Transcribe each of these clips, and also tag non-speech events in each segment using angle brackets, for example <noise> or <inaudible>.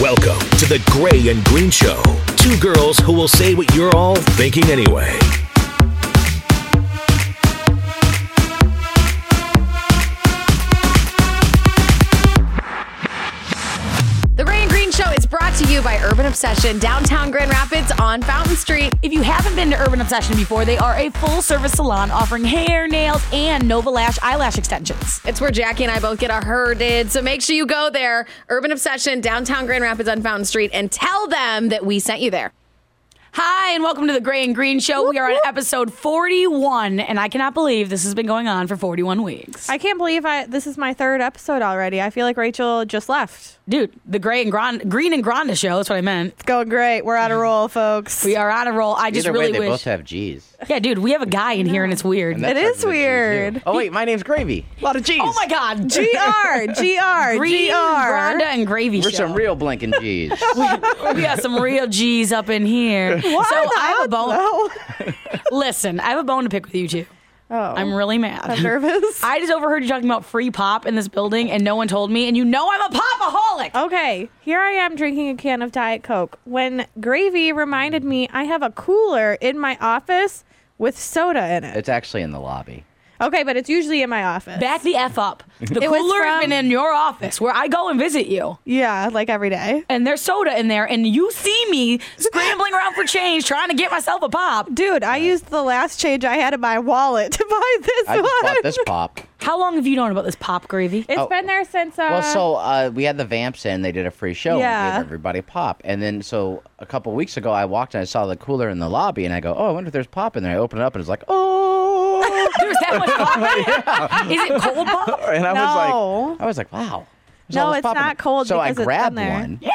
Welcome to the Gray and Green Show. Two girls who will say what you're all thinking anyway. The Gray and Green Show is brought to you by Urban Obsession, downtown Grand Rapids on Fountain Street. If you haven't been to Urban Obsession before, they are a full service salon offering hair, nails, and Nova Lash eyelash extensions. It's where Jackie and I both get our herded, so make sure you go there. Urban Obsession, downtown Grand Rapids on Fountain Street, and tell them um, that we sent you there. Hi, and welcome to the Gray and Green Show. We are on episode 41, and I cannot believe this has been going on for 41 weeks. I can't believe I this is my third episode already. I feel like Rachel just left. Dude, the Gray and Grand, Green and Granda Show, that's what I meant. It's going great. We're on a roll, folks. We are on a roll. I just Either really way, they wish. both have G's. yeah, dude, we have a guy in here, and it's weird. It is weird. Oh wait, my name's Gravy. A lot of G's. oh my God. GR, GR, Green, Granda, <laughs> GR. and Gravy We're Show. some real blinking G's. <laughs> we got some real G's up in here. so I have a bone. Listen, I have a bone to pick with you two. Oh, I'm really mad. I'm <laughs> nervous. I just overheard you talking about free pop in this building, and no one told me. And you know I'm a popaholic. Oh. Okay, here I am drinking a can of Diet Coke when Gravy reminded me I have a cooler in my office with soda in it. it's actually in the lobby. Okay, but it's usually in my office. Back the f <laughs> up. The It was cooler has from- been in your office where I go and visit you, yeah, like every day. and there's soda in there, and you see me scrambling around for change, trying to get myself a pop. Dude, I used the last change I had in my wallet <laughs> to buy this I one. just bought this pop. How long have you known about this pop gravy? It's Oh. been there since. Uh, Well, so uh, we had the Vamps in. They did a free show and Yeah. gave everybody pop. And then so a couple weeks ago, I walked and I saw the cooler in the lobby, and I go, "Oh, I wonder if there's pop in there." I open it up and it's like, "Oh!" There's that much pop. in it? Is it cold pop? and I was No. like, "I was like, wow." There's No, all this it's pop in not there." cold So I because it's been grabbed there. one, Yeah.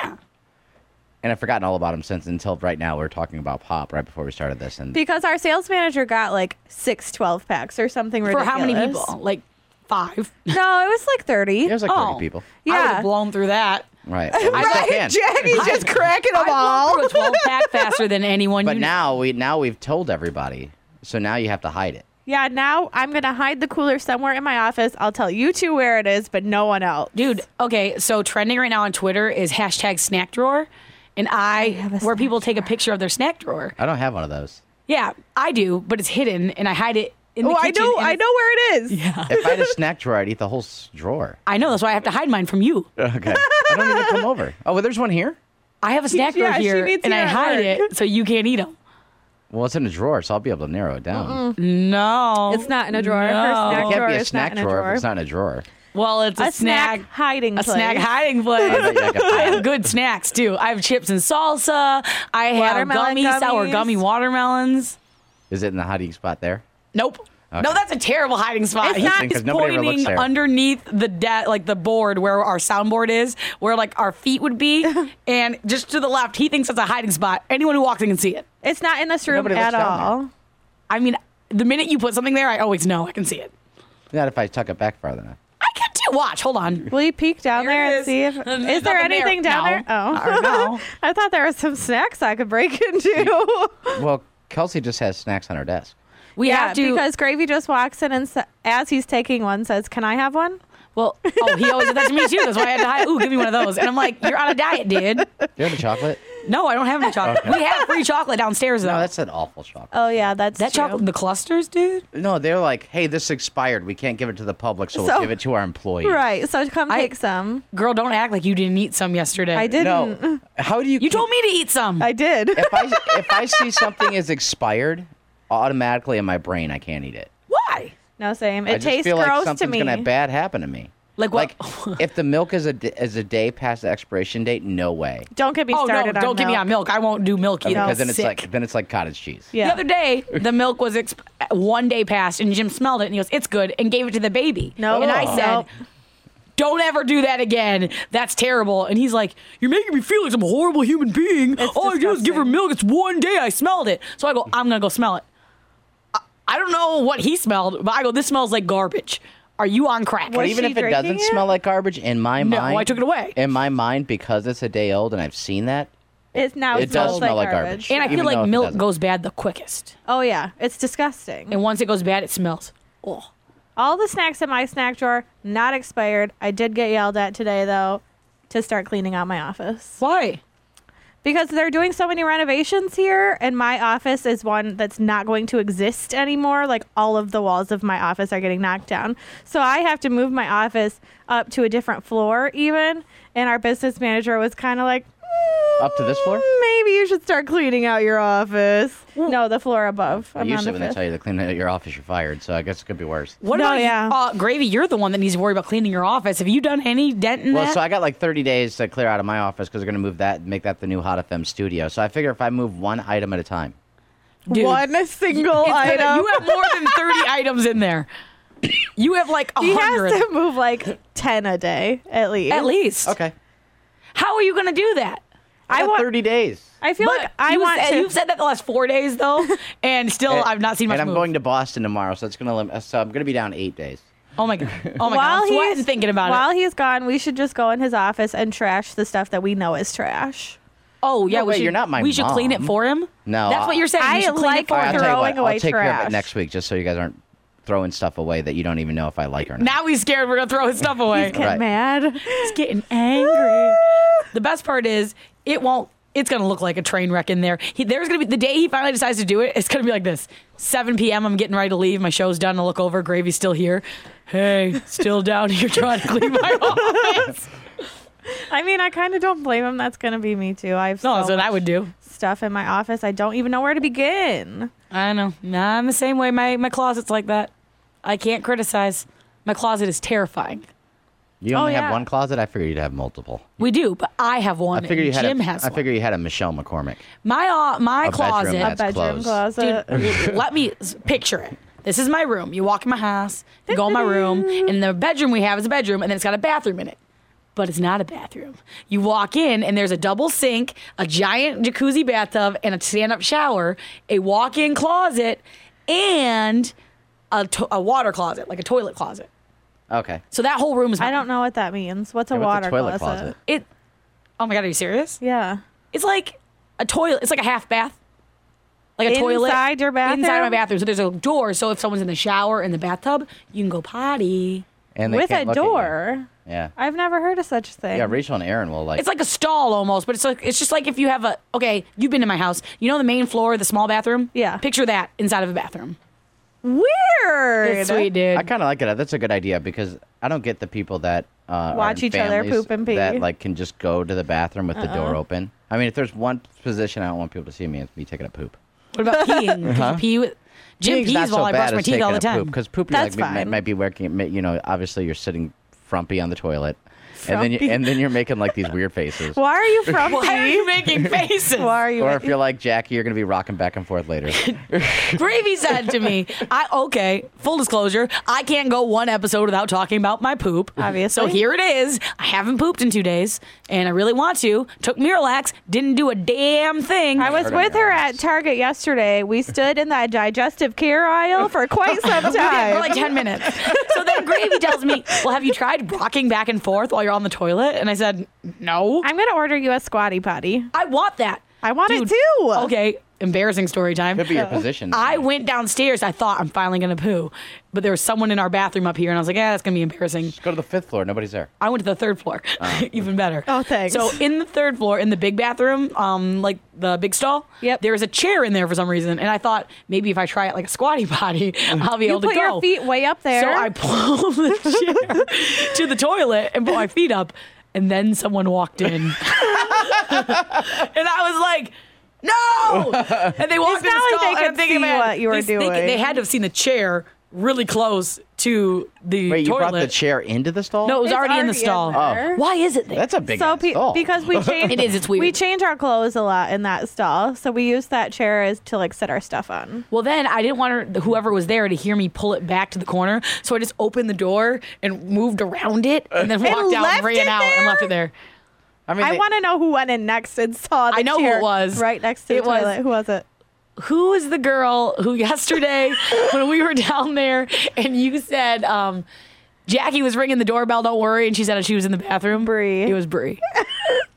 and I've forgotten all about them since until right now. We are talking about pop right before we started this, and Because our sales manager got like six 12 packs or something For ridiculous. how many people? Like five. <laughs> No, it was like 30. it <laughs> was like Oh. 30 people. I would yeah. have blown through that. Right. Well, we still can. Jackie's just cracking them I all. blew through a 12 pack faster than anyone. But you now we now we've told everybody, so now you have to hide it. Yeah, now I'm going to hide the cooler somewhere in my office. I'll tell you two where it is, but no one else. Dude, okay, so trending right now on Twitter is hashtag snack drawer. And I, where people take a picture of their snack drawer. I don't have one of those. Yeah, I do, but it's hidden and I hide it in the Oh, I kitchen. know, and I it's- know where it is. If I had a snack drawer, I'd eat the whole s- drawer. I know, that's why I have to hide mine from you. Okay. I don't <laughs> even come over. Oh, well, there's one here. I have a snack drawer Yeah, she here needs and I your hide work. it so you can't eat them. Well, it's in a drawer, so I'll be able to narrow it down. No. It's not in a drawer. Her No. snack It can't drawer be a is snack not in drawer, a drawer. if it's not in a drawer. well, it's a, a snack, hiding A place. snack hiding <laughs> place. Like a <laughs> pile. Good snacks too. I have chips and salsa. I have Watermelon gummy, sour gummies. gummy watermelons. Is it in the hiding spot there? Nope. No, that's a terrible hiding spot. It's He's not- Because nobody ever looks pointing there. underneath the de- like the board where our soundboard is, where like our feet would be, and just to the left, he thinks it's a hiding spot. Anyone who walks in can see it. It's not in this room Nobody looks at down there. all. I mean, the minute you put something there, I always know I can see it. Not if I tuck it back farther enough. I can do. Watch. Hold on. Will you peek down There it there is. and see <laughs> if There's is there nothing there. anything down No. there? I don't know. Oh, <laughs> I thought there were some snacks I could break <laughs> into. <laughs> Well, Kelsey just has snacks on her desk. We have to. because Gravy just walks in and sa- as he's taking one says, "Can I have one?" <laughs> well, oh, he always does that to me too. That's why I had to hide. Ooh, give me one of those. And I'm like, you're on a diet, dude. Do you have a chocolate? No, I don't have any chocolate. We have free chocolate downstairs though. No, that's an awful chocolate. Oh yeah, that's that true. chocolate, the clusters, dude. No, they're like, hey, this expired. We can't give it to the public, so, we'll So- give it to our employees. Right. So come I- take some. Girl, don't act like you didn't eat some yesterday. I didn't. No. <laughs> How do you You told me to eat some. I did. if I if I see something is expired, automatically in my brain I can't eat it. Why? <laughs> no, same. I It just tastes feel like gross to something's me. gonna bad happen to me. Like what? Oh, Like if the milk is a d- is a day past the expiration date, no way. don't get me oh no! started. Don't on get me milk. on milk. I won't do milk either. Because then it's Sick. like then it's like cottage cheese. Yeah. The other day, the milk was exp- one day past, and Jim smelled it and he goes, "It's good," and gave it to the baby. No. and I said, Nope. don't ever do that again. That's terrible. And he's like, you're making me feel like some horrible human being. It's All I do is give her disgusting. milk. It's one day I smelled it. So I go, I'm going to go smell it. I, I don't know what he smelled, but I go, this smells like garbage. Are you on crack? What But Was even she if it doesn't drinking it? smell like garbage, in my No, mind, I took it away. In my mind, because it's a day old and I've seen that, It's now It does smell like garbage. and I even feel though like if it milk doesn't. goes bad the quickest. Oh yeah, it's disgusting. And once it goes bad, it smells. Oh. All the snacks in my snack drawer not expired. I did get yelled at today though to start cleaning out my office. Why? because they're doing so many renovations here and my office is one that's not going to exist anymore like all of the walls of my office are getting knocked down so i have to move my office up to a different floor even and our business manager was kind of like up to this floor. "Mm, maybe you should start cleaning out your office no the floor above I'm on Usually, the when they fifth. tell you to clean out your office, you're fired. So I guess it could be worse. What No, about you- yeah. uh, Gravy? You're the one that needs to worry about cleaning your office. Have you done any dent in Well, that? so I got like 30 days to clear out of my office because we're going to move that, make that the new Hot FM studio. So I figure if I move one item at a time, Dude. one <laughs> single It's gonna- item You have more <laughs> than 30 items in there. You have like a he has 100. to move like 10 a day at least At least. okay, How are you going to do that? I, i got want 30 days, i feel But like i you want said, to You've said that the last four days, <laughs> though, and still And- I've not seen much and I'm move. going to Boston tomorrow, so it's going to lim- so I'm going to be down eight days. oh my God. Oh my God. I'm sweating thinking about while it. he's gone, we should just go in his office and trash the stuff that we know is trash. Oh, yeah. No, we wait, should, you're not my We should clean it mom. for him? No, That's I- what you're saying. I you should clean it like for All right, him. I'll tell you throwing what, away I'll take care of trash. it next week, just so you guys aren't throwing stuff away that you don't even know if I like or not. Now he's scared we're going to throw his stuff away. Get Right. mad. <laughs> He's getting angry. the best part is it won't. It's gonna look like a train wreck in there. He, there's gonna be the day he finally decides to do it. It's gonna be like this: 7 p.m. I'm getting ready to leave. My show's done. I look over. Gravy's still here. Hey, still down here <laughs> trying to clean my office. I mean, I kind of don't blame him. That's gonna be me too. I have No, that's so what I much would do. stuff in my office. I don't even know where to begin. I know. Nah, I'm the same way. My my closet's like that. I can't criticize. My closet is terrifying. You Oh, only yeah. have one closet. I figured you'd have multiple. We do, but I have one. I figured you had. and Jim a, has I one. figured you had a Michelle McCormick. my uh, my a bedroom closet. that's a bedroom closed. closet. Dude, <laughs> let me s- picture it. This is my room. You walk in my house, you go in my room, and the bedroom we have is a bedroom, and then it's got a bathroom in it. But it's not a bathroom. You walk in, and there's a double sink, a giant jacuzzi bathtub, and a stand up shower, a walk in closet, and a, to- a water closet, like a toilet closet. Okay. So that whole room is. I mine. don't know what that means. What's a Yeah, what's water a toilet closet? closet? It. Oh my God, are you serious? Yeah. It's like a toilet. It's like a half bath. Like a toilet. Inside your Inside my bathroom? bathroom. So there's a door. So if someone's in the shower, in the bathtub, you can go potty. And they With can't a look at you. door. Yeah. I've never heard of such a thing. Yeah. Rachel and Aaron will like. It's like a stall almost, but it's like it's just like if you have a okay, you've been to my house. You know the main floor, the small bathroom? Yeah. Picture that inside of a bathroom. Weird. It's sweet, dude. I kind of like it. That's a good idea because I don't get the people that uh, are Watch in each other families poop and pee. Uh-uh. That like can just go to the bathroom with the door open. I mean, if there's one position I don't want people to see me, it's me taking a poop. what <laughs> about peeing? Could you pee with Jim Uh-huh. Peeing's not pees so while I bad brush as my teeth taking all the a time. Poop, <laughs> because poop, you're That's like, might, fine. might be working. You know, obviously you're sitting frumpy on the toilet, and then you, and then you're making like these weird faces. Why <laughs> are you from Why are you making faces? Why are you? Or if you're like Jackie, you're gonna be rocking back and forth <laughs> later. Gravy said to me, I okay, full disclosure, I can't go one episode without talking about my poop. Obviously. So here it is. I haven't pooped in two days, and I really want to. Took Miralax, didn't do a damn thing. I was Heard of with her at Miralax. Target yesterday. We stood in that digestive care aisle for <laughs> quite some for time. like 10 minutes. <laughs> So then Gravy tells me, Well, have you tried rocking back and forth while you're on the toilet? And I said, No. I'm gonna order you a squatty potty. I want that. I want it Dude, too. Okay, embarrassing story time. Could be your position. Uh, I went downstairs. I thought I'm finally gonna poo, but there was someone in our bathroom up here, and I was like, "Yeah, that's gonna be embarrassing." Just go to the fifth floor. Nobody's there. I went to the third floor. <laughs> Even better. Oh, thanks. So in the third floor, in the big bathroom, um, like the big stall, Yep. there was a chair in there for some reason, and I thought maybe if I try it like a <laughs> squatty potty, I'll be You able to put go. your feet way up there. So I pulled the chair <laughs> to the toilet and put my feet up, and then someone walked in, and I was like. No, and they walked in the not <laughs> stall. like they and I'm could thinking, see man, what you they, were they- doing. They, had to have seen the chair really close to the Wait, you toilet. brought the chair into the stall? No, it was It's already, in the already in stall. there. Oh. Why is it there? that's a big so ass pe- stall. because <laughs> we change It is, it's We weird. change our clothes a lot in that stall, so we use that chair as to like set our stuff on. Well, then I didn't want her, whoever was there to hear me pull it back to the corner, so I just opened the door and moved around it, and <laughs> then walked out, left and ran it out, and there? left it there. I mean, I they- want to know who went in next and saw the I know who chair it was. right next to the It was- toilet. Who was it? Who is the girl who <laughs> yesterday, when we were down there, and you said um, Jackie was ringing the doorbell? Don't worry, and she said she was in the bathroom. Bree. It was Bree.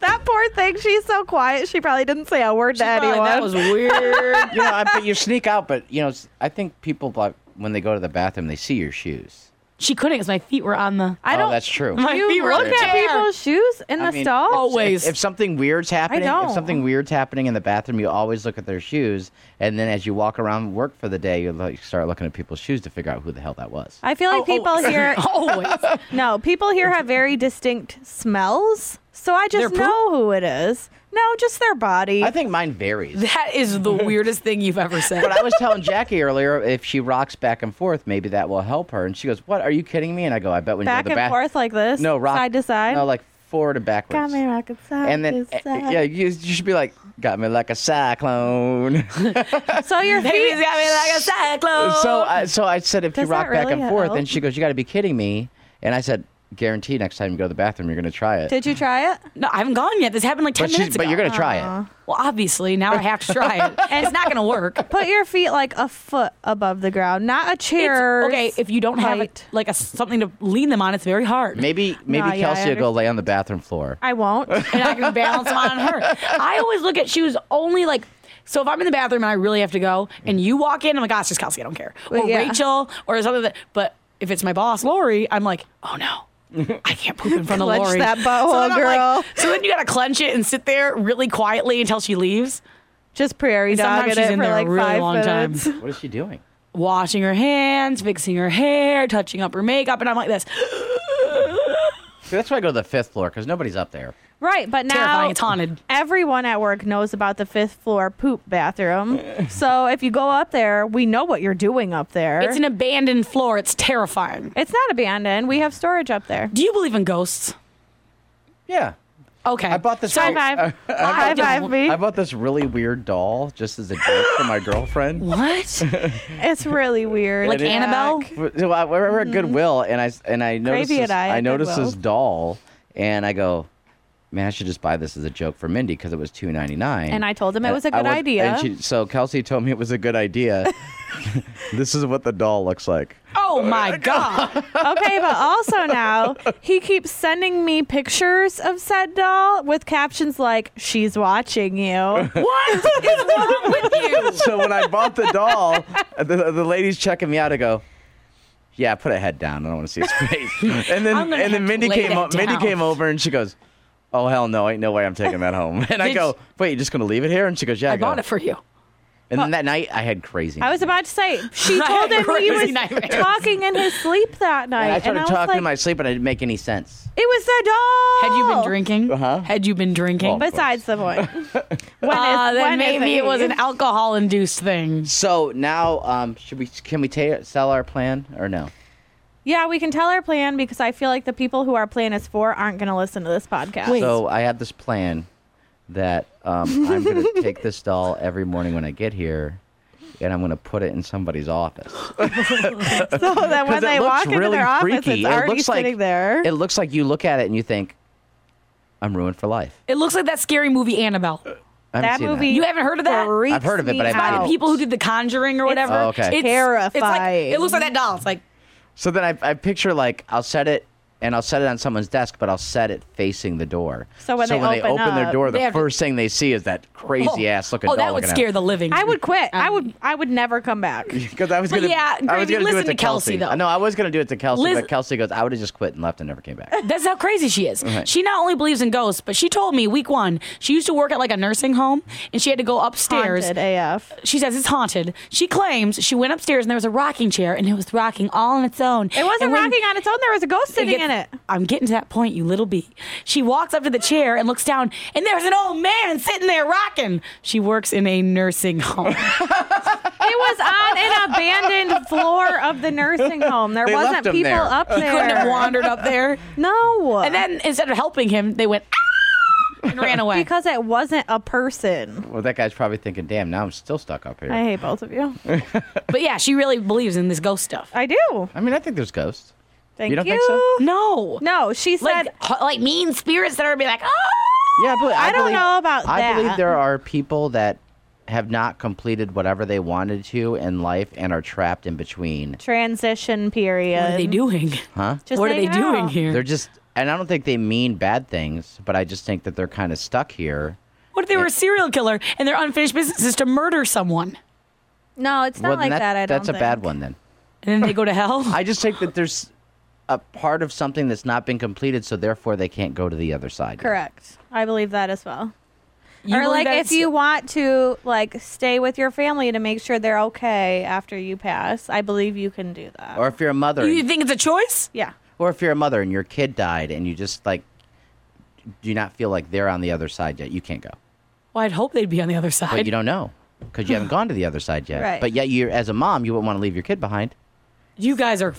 That poor thing. She's so quiet. She probably didn't say a word to anyone. That was weird. you know, I, but you sneak out. But you know, it's- I think people like when they go to the bathroom, they see your shoes. she couldn't because my feet were on the. I oh, don't. that's true. My you feet were look on the at chair. people's shoes in the I mean, stall. if- Always. If, something weird's happening, if don't. something weird's happening in the bathroom, you always look at their shoes. And then as you walk around work for the day, you like start looking at people's shoes to figure out who the hell that was. I feel like people <laughs> always. here. <laughs> always. No, people here have very distinct smells, so I Their just poop? know who it is. No, just their body. I think mine varies. That is the weirdest thing you've ever said. But <laughs> I was telling Jackie earlier if she rocks back and forth, maybe that will help her. And she goes, "What? Are you kidding me?" And I go, "I bet when back you go to the and bathroom, forth like this. no, rock side to side. no, like forward and backwards." Got me rocking side and then, eh, to side. yeah, you, you should be like, "Got me like a cyclone." <laughs> <laughs> So your feet. got me like a cyclone. so, uh, I, so I said, if you Does rock that back really and forth, help? and she goes, "You got to be kidding me!" And I said, "Guarantee next time you go to the bathroom, you're going to try it." Did you <laughs> try it? no, I haven't gone yet. This happened like ten but minutes she's, ago. but you're going to try it. Well, obviously, now I have to try it. and it's not going to work. Put your feet like a foot above the ground, not a chair. It's- okay, if you don't have height. it, like a, something to lean them on, it's very hard. Maybe, maybe Nah, yeah, I Kelsey will go lay on the bathroom floor. <laughs> I won't. and I can balance on her. I always look at shoes only like. So if I'm in the bathroom and I really have to go, and you walk in, I'm like, gosh, it's Kelsey, I don't care. Or yeah. Rachel, or something. That, but if it's my boss, Lori, I'm like, oh no, I can't poop in front <laughs> of Clench Lori. that butthole, so then I'm like- girl. so then you gotta clench it and sit there really quietly until she leaves. Just prairie And dog sometimes it she's in for there like a really five long time. minutes. <laughs> What is she doing? Washing her hands, fixing her hair, touching up her makeup, and I'm like this. See, that's why I go to the fifth floor because nobody's up there. Right, but now Terrifying. It's haunted. Everyone at work knows about the fifth floor poop bathroom. <laughs> so if you go up there, we know what you're doing up there. It's an abandoned floor. It's terrifying. It's not abandoned. We have storage up there. Do you believe in ghosts? Yeah, <laughs> Okay. I bought this. So- High really- five. <laughs> High five me. I bought this really weird doll just as a joke for my girlfriend. What? <laughs> It's really weird. Like It is- <laughs> Annabelle? So I, we were at Goodwill, and I and I noticed Gravy this, and I I at noticed this Goodwill. doll, and I go, man, I should just buy this as a joke for Mindy because it was two ninety nine. And I told him it was a good idea. And she, so Kelsey told me it was a good idea. <laughs> this is what the doll looks like. <laughs> Oh my god. Okay, but also now he keeps sending me pictures of said doll with captions like "She's watching you." <laughs> What is wrong with you? so when I bought the doll, the, the lady's checking me out. I go. Yeah, put a head down. I don't want to see his <laughs> face. And then I'm gonna and then have to Mindy lay came that up. Mindy down. came over and she goes, "Oh hell no, ain't no way I'm taking that home." <laughs> And I Did go, "Wait, you're just gonna leave it here?" And she goes, "Yeah." I go, bought it for <laughs> you. And then that night, I had crazy. I was about to say she <laughs> I told him had he was crazy nightmares. <laughs> talking in his sleep that night, and I started was talking like, in my sleep, and it didn't make any sense. "It was the doll." Had you been drinking? Uh-huh. Had you been drinking? Well, Besides the <laughs> point. When is- Uh, then when is maybe it was an alcohol induced thing. So now, um, should we? Can we ta- sell our plan or no? Yeah, we can tell our plan because I feel like the people who our plan is for aren't going to listen to this podcast. So I had this plan that um, I'm going <laughs> to take this doll every morning when I get here, and I'm going to put it in somebody's <laughs> office. so that when 'Cause it they looks walk into really their office, freaky. It it's already looks like- sitting there. It looks like you look at it and you think, "I'm ruined for life." It looks like that scary movie Annabelle. I haven't that seen movie. You haven't heard of that? freaks I've heard of it, me but I By haven't the out. seen people who did The Conjuring or whatever. Oh, okay. It's like, Terrifying. it looks like that doll. It's like So then I, I picture like I'll set it and I'll set it on someone's desk, but I'll set it facing the door. So when they open their up, door, the they have to- first thing they see is that crazy oh, ass looking. Oh, doll that would looking scare the living. Um, I would quit. I would. I would never <laughs> come back. Because I was But gonna, yeah, I was Gravy, gonna do listen it to, to Kelsey, though. I know I was gonna do it to Kelsey, Liz- but Kelsey goes, "I would have just quit and left and never came back." <laughs> That's how crazy she is. She not only believes in ghosts, but she told me week one she used to work at like a nursing home and she had to go upstairs. Haunted AF. She says it's haunted. She claims she went upstairs and there was a rocking chair and it was rocking all on its own. It wasn't And when- rocking on its own. There was a ghost sitting Get- in it. I'm getting to that point, you little bee. She walks up to the chair and looks down, and there's an old man sitting there rocking. She works in a nursing home. was <laughs> on an abandoned floor of the nursing home. <laughs> There They left wasn't him people there. up there. He <laughs> couldn't have wandered up there. No. And then instead of helping him, they went "Ah!" and ran away. because it wasn't a person. Well, that guy's probably thinking, "Damn, now I'm still stuck up here." I I, hate both of you. but yeah, she really believes in this ghost stuff. I do. mean, <laughs> I think there's ghosts. Thank don't think so? No, No, she said like ho- like mean spirits that are be like, oh, Yeah, but I, I don't believe- know about I believe that. there are people that have not completed whatever they wanted to in life and are trapped in between. transition period. what are they doing? Just what are they hanging doing out. here? They're just, and I don't think they mean bad things, but I just think that they're kind of stuck here. what if they were a serial killer and their unfinished business is to murder someone No, it's not Well, then like that. I don't That's a bad think. one then. and then they go to hell? I just think that there's a part of something that's not been completed, so therefore they can't go to the other side. yet. Correct. I believe that as well. You or believe like that if it's- you want to like stay with your family to make sure they're okay after you pass, I believe you can do that. Or if you're a mother, you think it's a choice? yeah. or if you're a mother and your kid died and you just like do not feel like they're on the other side yet, you can't go. Well, I'd hope they'd be on the other But side. you don't know because <sighs> you haven't gone to the other side yet. Right. But yet, you as a mom, you wouldn't want to leave your kid behind. you guys are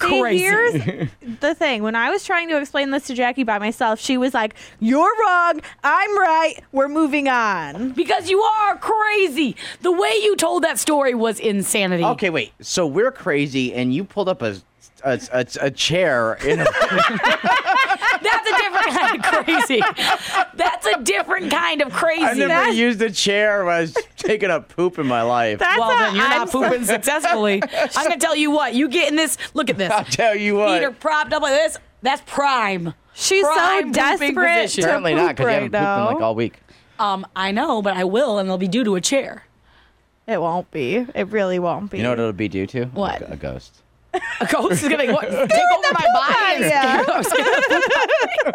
See, <laughs> crazy. here's the thing. When I was trying to explain this to Jackie by myself, she was like, "You're wrong. I'm right. We're moving on." because you are crazy. The way you told that story was insanity. Okay, wait. So we're crazy, and you pulled up a a, a, a chair. In <laughs> a, <laughs> That's a different kind of crazy. That's a different kind of crazy. I never That's- used a chair when I was taking a poop in my life. That's well, how then you're I'm not so- pooping successfully. I'm going to tell you what. You get in this. Look at this. I'll tell you Feet are what. propped up like this. That's prime. She's so Prime pooping desperate position. to Apparently not, poop because you right haven't pooped in now. like all week. Um, I know, but I will, and they'll be due to a chair. It won't be. It really won't be. You know what it'll be due to? What? A, ghost. A ghost is going <laughs> to what, take over my body. Yeah. I <laughs>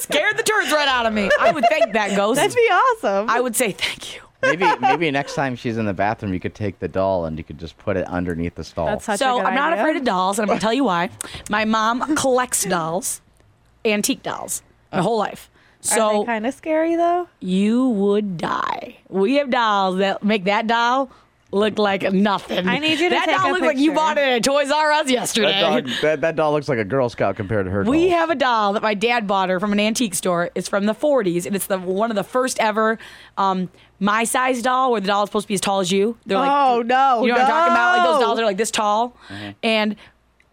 scared the turds right out of me. I would thank that ghost. That'd be awesome. I would say thank you. Maybe maybe next time she's in the bathroom, you could take the doll and you could just put it underneath the stall. That's such a so good I'm not idea. afraid of dolls, and I'm gonna tell you why. My mom collects dolls, antique dolls, my whole life. Are So they kind of scary though? you would die. We have dolls that make that doll look like nothing. I need you to that take doll a looked like you picture. bought it at Toys R Us yesterday. that, dog, that, that doll looks like a Girl Scout compared to her We doll. have a doll that my dad bought her from an antique store. It's from the 40s, and it's the one of the first ever um, my size doll, where the doll is supposed to be as tall as you. They're like, Oh, no, you know what I'm talking about? Like those no. Uh-huh. dolls are like this tall, and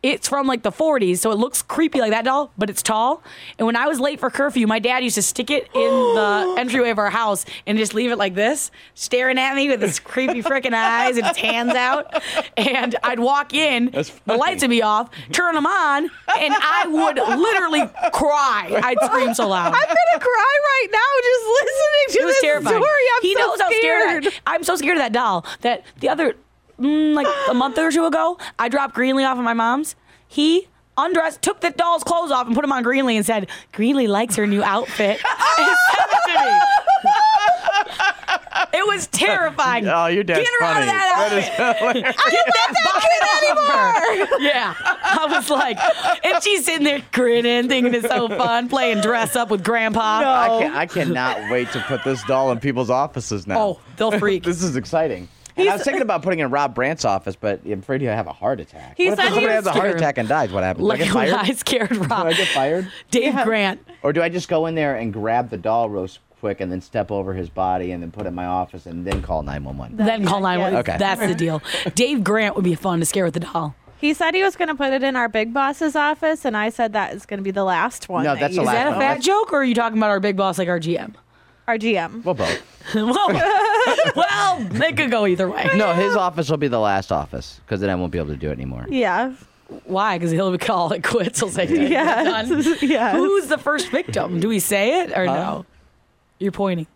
it's from like the 40s, so it looks creepy like that doll, but it's tall. And when I was late for curfew, my dad used to stick it <gasps> in the entryway of our house and just leave it like this, staring at me with his creepy freaking eyes and his hands out. And I'd walk in, the lights would be off, turn them on, and I would literally cry. I'd scream so loud. I'm gonna cry right now <laughs> just listening to It was this terrifying. story. I'm he so knows scared. how scared. I, am so scared of that doll that the other, mm, like a month or two ago, I dropped Greenlee off at my mom's. He undressed, took the doll's clothes off, and put them on Greenlee and said, Greenlee likes her new outfit. <laughs> And sent it to me. It was terrifying. Oh, your dad's Get her out funny. of that outfit. <laughs> Get that, kid anymore. yeah. I was like, and she's sitting there grinning, thinking it's so fun, playing dress up with grandpa. I, can, I cannot <laughs> wait to put this doll in people's offices now. Oh, they'll freak. This is exciting. And I was thinking about putting it in Rob Brandt's office, but I'm afraid he'll have a heart attack. He what if said he somebody was has a heart scared. attack and dies? What happens? Like do I get when fired? <laughs> I <laughs> scared Rob. Do I get fired? Dave Grant. Or do I just go in there and grab the doll real quick and then step over his body and then put it in my office and then call 911? Then call 911. Okay. That's the <laughs> deal. Dave Grant would be fun to scare with the doll. He said he was going to put it in our big boss's office, and I said that is going to be the last one. No, that that's you- the Is last that a one. fat joke or are you talking about our big boss like our GM? Our GM. Well, both. <laughs> well, <laughs> well, they could go either way. No, his office will be the last office because then I won't be able to do it anymore. Yeah. <laughs> Why? Because he'll call it quits. He'll say, yeah. Done. <laughs> Yeah. Who's the first victim? Do we say it or no? You're pointing.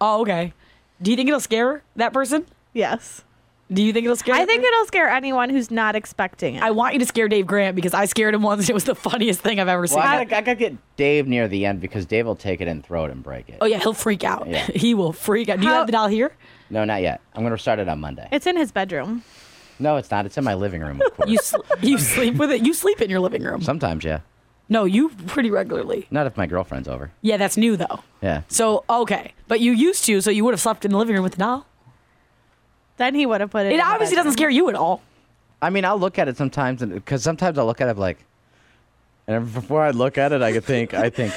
Oh, okay. Do you think it'll scare that person? Yes. Do you think it'll scare I that think person? it'll scare anyone who's not expecting it. I want you to scare Dave Grant because I scared him once and it was the funniest thing I've ever seen. Well, I gotta, I gotta get Dave near the end because Dave will take it and throw it and break it. oh, yeah, he'll freak out. Yeah. <laughs> He will freak out. Do you How- have the doll here? No, not yet. I'm gonna start it on Monday. it's in his bedroom. No, it's not. It's in my living room. Of course. You <laughs> sl- you sleep with it. You sleep in your living room. Sometimes, yeah. No, you pretty regularly. Not if my girlfriend's over. Yeah, that's new though. Yeah. So okay, but you used to, so you would have slept in the living room with the doll. Then he would have put it. in It the obviously doesn't bedroom. scare you at all. I mean, I'll look at it sometimes, and because sometimes I'll look at it like, and before I look at it, I could think, I <laughs> think,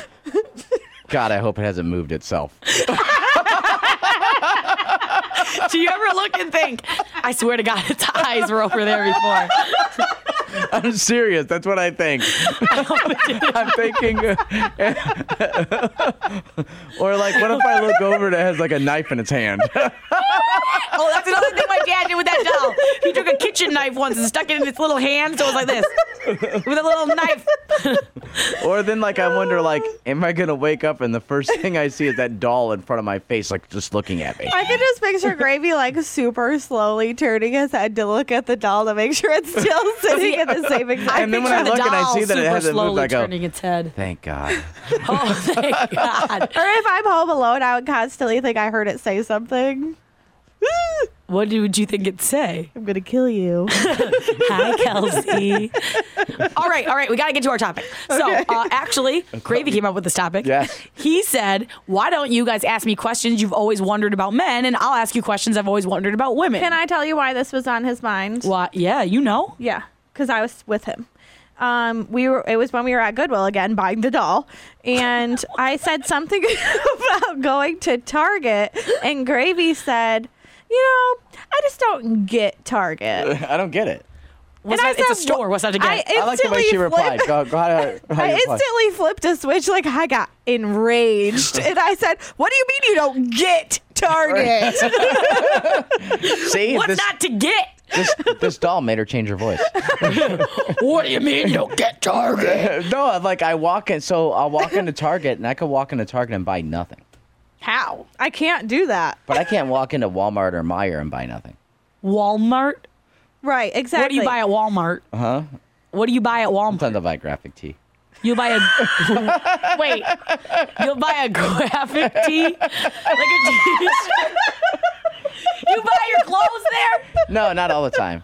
God, I hope it hasn't moved itself. <laughs> <laughs> Do you ever look and think, I swear to God, <laughs> its eyes were over there before? I'm serious. That's what I <laughs> think. I'm thinking, or like, what if I look over and it has like a knife in its hand? <laughs> Oh, that's another thing my dad did with that doll. He took a kitchen knife once and stuck it in its little hand, so it was like this with a little knife. or then like I wonder, like, am I gonna wake up and the first thing I see is that doll in front of my face, like just looking at me? I could just picture Gravy like super slowly turning his head to look at the doll to make sure it's <laughs> still sitting at the same exact. And then when I Picture the look and I doll see that it super hasn't moved, slowly I go- turning its head. Thank God. Oh, <laughs> thank God. <laughs> or if I'm home alone, I would constantly think I heard it say something. What would you think it'd say? I'm gonna kill you. <laughs> Hi, Kelsey. all right, all right. We got to get to our topic. So, uh, actually, Gravy came up with this topic. Yes. He said, Why don't you guys ask me questions you've always wondered about men, and I'll ask you questions I've always wondered about women? <laughs> Can I tell you why this was on his mind? Why, yeah, you know. Yeah, because I was with him. Um, we were. It was when we were at Goodwill again buying the doll, and <laughs> I said something <laughs> about going to Target, and Gravy said, "You know, I just don't get Target." I don't get it. What's And I that, it's a said, store. What's that to get? I instantly I like the way <laughs> she flipped- replied. Go, go ahead. how I you replied. instantly flipped a switch. Like I got <laughs> enraged, and I said, "What do you mean you don't get Target?" See, What's this, not to get? this, this doll made her change her voice. What do you mean you get Target? no, like I walk in, so I'll walk into Target and I could walk into Target and buy nothing. How? I can't do that. But I can't walk into Walmart or Meyer and buy nothing. Walmart? Right? Exactly. What do you buy at Walmart? Uh Uh-huh. huh. What do you buy at Walmart? Sometimes I buy graphic tee. You buy a wait. You'll buy a graphic tee, like a t-shirt. You buy your clothes there. No, not all the time.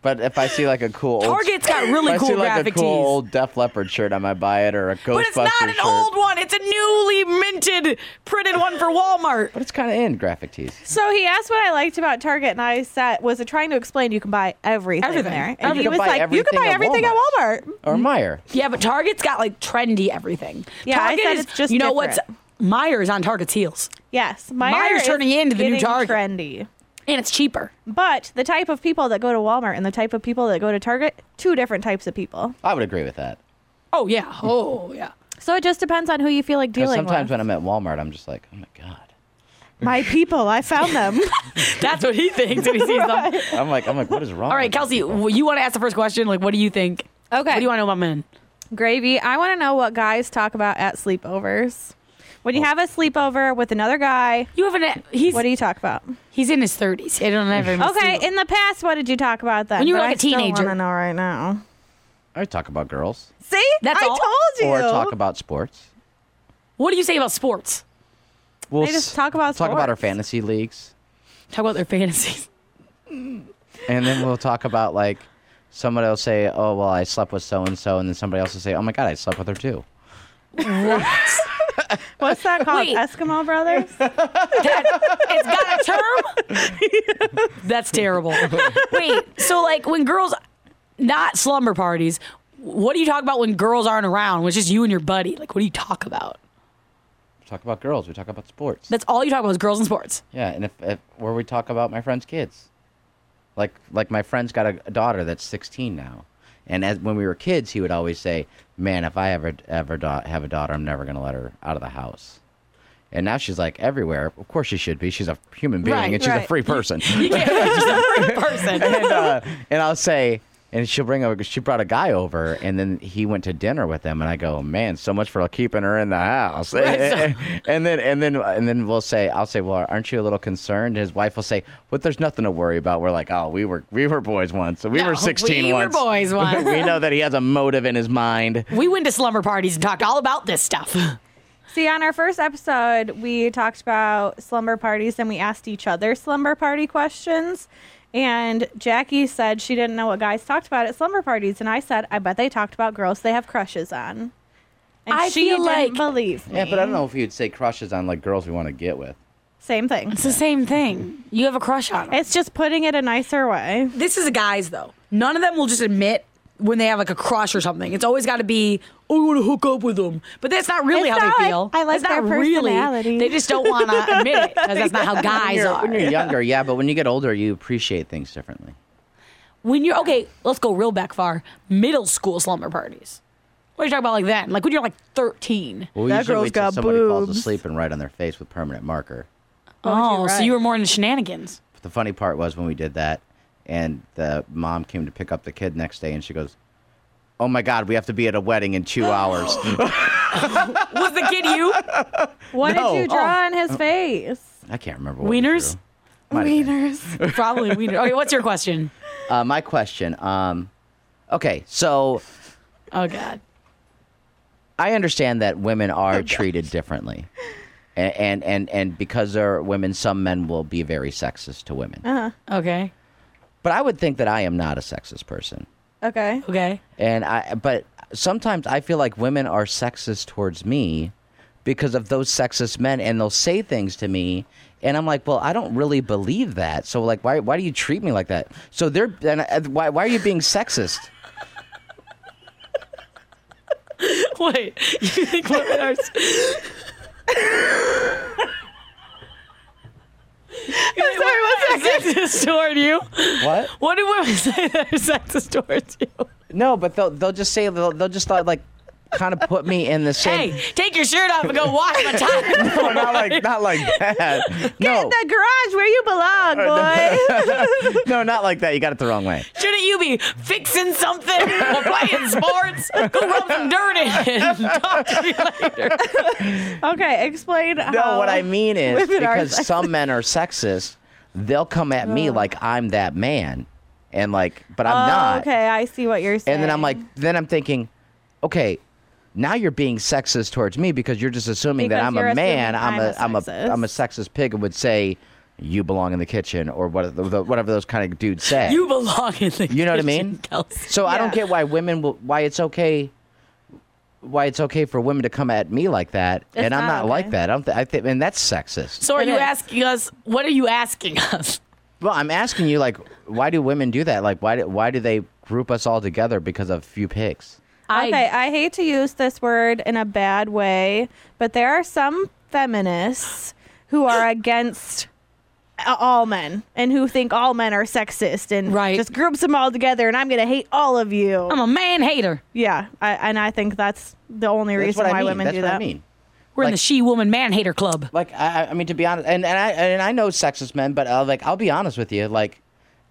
But if I see like a cool old, Target's got really if I cool see like a graphic cool tees. old Def Leppard shirt, I might buy it or a Ghostbusters But it's not an shirt. old one. It's a newly minted, printed one for Walmart. But it's kind of in graphic tees. So he asked what I liked about Target, and I said, was trying to explain you can buy everything, Everything. there. You And he can was buy like, you can everything buy at everything at Walmart. Or Meyer. Yeah, but Target's got like trendy everything. Yeah, I Target said is it's just you know different. what's Myers on Target's heels, Yes. Meyer Meyer's is turning into the new getting Target. trendy. and it's cheaper. But the type of people that go to Walmart and the type of people that go to Target, two different types of people. I would agree with that. Oh yeah. Oh yeah. So it just depends on who you feel like 'Cause dealing sometimes with. when I'm at Walmart, I'm just like, oh my god. My people, I found them. That's what <laughs> he thinks when he sees <laughs> them. I'm like, I'm like, what is wrong? All right, with these Kelsey, people? well, you want to ask the first question? Like, what do you think? Okay. What do you want to know about men? Gravy, I want to know what guys talk about at sleepovers. When you have a sleepover with another guy, You haven't. He's what do you talk about? he's in his thirties. I don't have very much. Okay, sleep. in the past, what did you talk about then? When you were But like I a still wanna teenager. know right now. I talk about girls See, That's I all? told you. or talk about sports. What do you say about sports? We'll They just s- talk about talk about our sports. fantasy leagues, Talk about their fantasies. and then we'll talk about like somebody will say, "Oh well, I slept with so and so," and then somebody else will say, "Oh my god, I slept with her too." <laughs> What's that called? Wait. Eskimo Brothers? It's got a term. <laughs> That's terrible. Wait. So like when girls, not slumber parties. What do you talk about when girls aren't around? When it's just you and your buddy. Like, what do you talk about? We talk about girls. We talk about sports. That's all you talk about is girls and sports. yeah, and if, if where we talk about my friend's kids, like like my friend's got a, a daughter that's 16 now, and as when we were kids, he would always say, "Man, if I ever ever da- have a daughter, I'm never gonna let her out of the house." And now she's like everywhere. Of course she should be. She's a human being Right, and she's a right. free <laughs> person. You can't just a <laughs> person. and, uh, and I'll say, and she'll bring over. She brought a guy over, and then he went to dinner with them. And I go, man, so much for keeping her in the house. <laughs> and then, and then, and then we'll say, I'll say, well, aren't you a little concerned? His wife will say, well, there's nothing to worry about. We're like, oh, we were we were boys once. We No, were 16 we were once. boys once. <laughs> we know that he has a motive in his mind. <laughs> We went to slumber parties and talked all about this stuff. See, on our first episode, we talked about slumber parties and we asked each other slumber party questions. And Jackie said she didn't know what guys talked about at slumber parties. And I said, I bet they talked about girls they have crushes on. And I she feel didn't like- believe me. Yeah, but I don't know if you'd say crushes on like girls we want to get with. Same thing. It's the same thing. You have a crush on him. It's just putting it a nicer way. This is a guy's though. None of them will just admit when they have like a crush or something. It's always got to be, oh, I want to hook up with them. But that's not really It's how not they like, feel. I like that's not their really. personality. They just don't <laughs> want to admit it because that's not how guys are. When you're younger, yeah, but when you get older, you appreciate things differently. when you're okay, let's go real back far. Middle school slumber parties. What are you talking about like then? Like when you're like 13. Well, we That usually girl's wait till got somebody falls boobs. asleep and write on their face with permanent marker. Oh, you're so right. you were more into shenanigans. But the funny part was when we did that, and the mom came to pick up the kid next day, and she goes, "Oh my God, we have to be at a wedding in two hours." Was the <laughs> kid you? <gasps> What No. Oh. did you draw on his face? Uh, I can't remember. What we Wieners? drew. Might have been. Probably we Okay, what's your question? Uh, my question. Um, okay, so Oh, God. I understand that women are treated differently. And, and and and because they're women, some men will be very sexist to women. Uh-huh. Okay. But I would think that I am not a sexist person. Okay. Okay. And I but sometimes I feel like women are sexist towards me because of those sexist men and they'll say things to me and I'm like, "Well, I don't really believe that." So like, why why do you treat me like that? So they're and I, why why are you being sexist? <laughs> Wait. You think women are. I'm sorry, sexist toward you? What? What do women say <laughs> that are sexist towards you? No, but they'll they'll just say they'll, they'll just uh, like kind of put me in the same Hey, take your shirt off and go wash <laughs> my tie. No, <laughs> not like <laughs> not like that. No, The garage where you belong, boy. <laughs> no, not like that. You got it the wrong way. Shouldn't you be fixing something or playing sports? Go rub some dirt in and talk to me later. okay, explain. No, how what <laughs> I mean is women are because some men are sexist, they'll come at me like I'm that man, and like, but I'm Oh, not. Okay, I see what you're saying. And then I'm like, then I'm thinking, okay, now you're being sexist towards me because you're just assuming that Because I'm you're a assuming man. I'm a I'm a I'm a sexist. I'm a sexist pig and would say, you belong in the kitchen or what, whatever those kind of dudes say. You belong in the You know what I kitchen, mean? Kelsey. So I don't Yeah. get why women will, why it's okay why it's okay for women to come at me like that and I'm not not okay. like that. I don't th- I think and that's sexist. So are It you is. asking us? What are you asking us? well, I'm asking you like why do women do that? Like why do, why do they group us all together because of few pigs? okay, I hate to use this word in a bad way, but there are some feminists who are against a- all men and who think all men are sexist and Right. just groups them all together and I'm going to hate all of you. I'm a man hater. yeah, I, and I think that's the only That's reason what I why mean. women that's do what that. I mean. We're in the Like- she woman man hater club. Like I, I- I mean to be honest and, and I and I know sexist men, but uh, like I'll be honest with you, like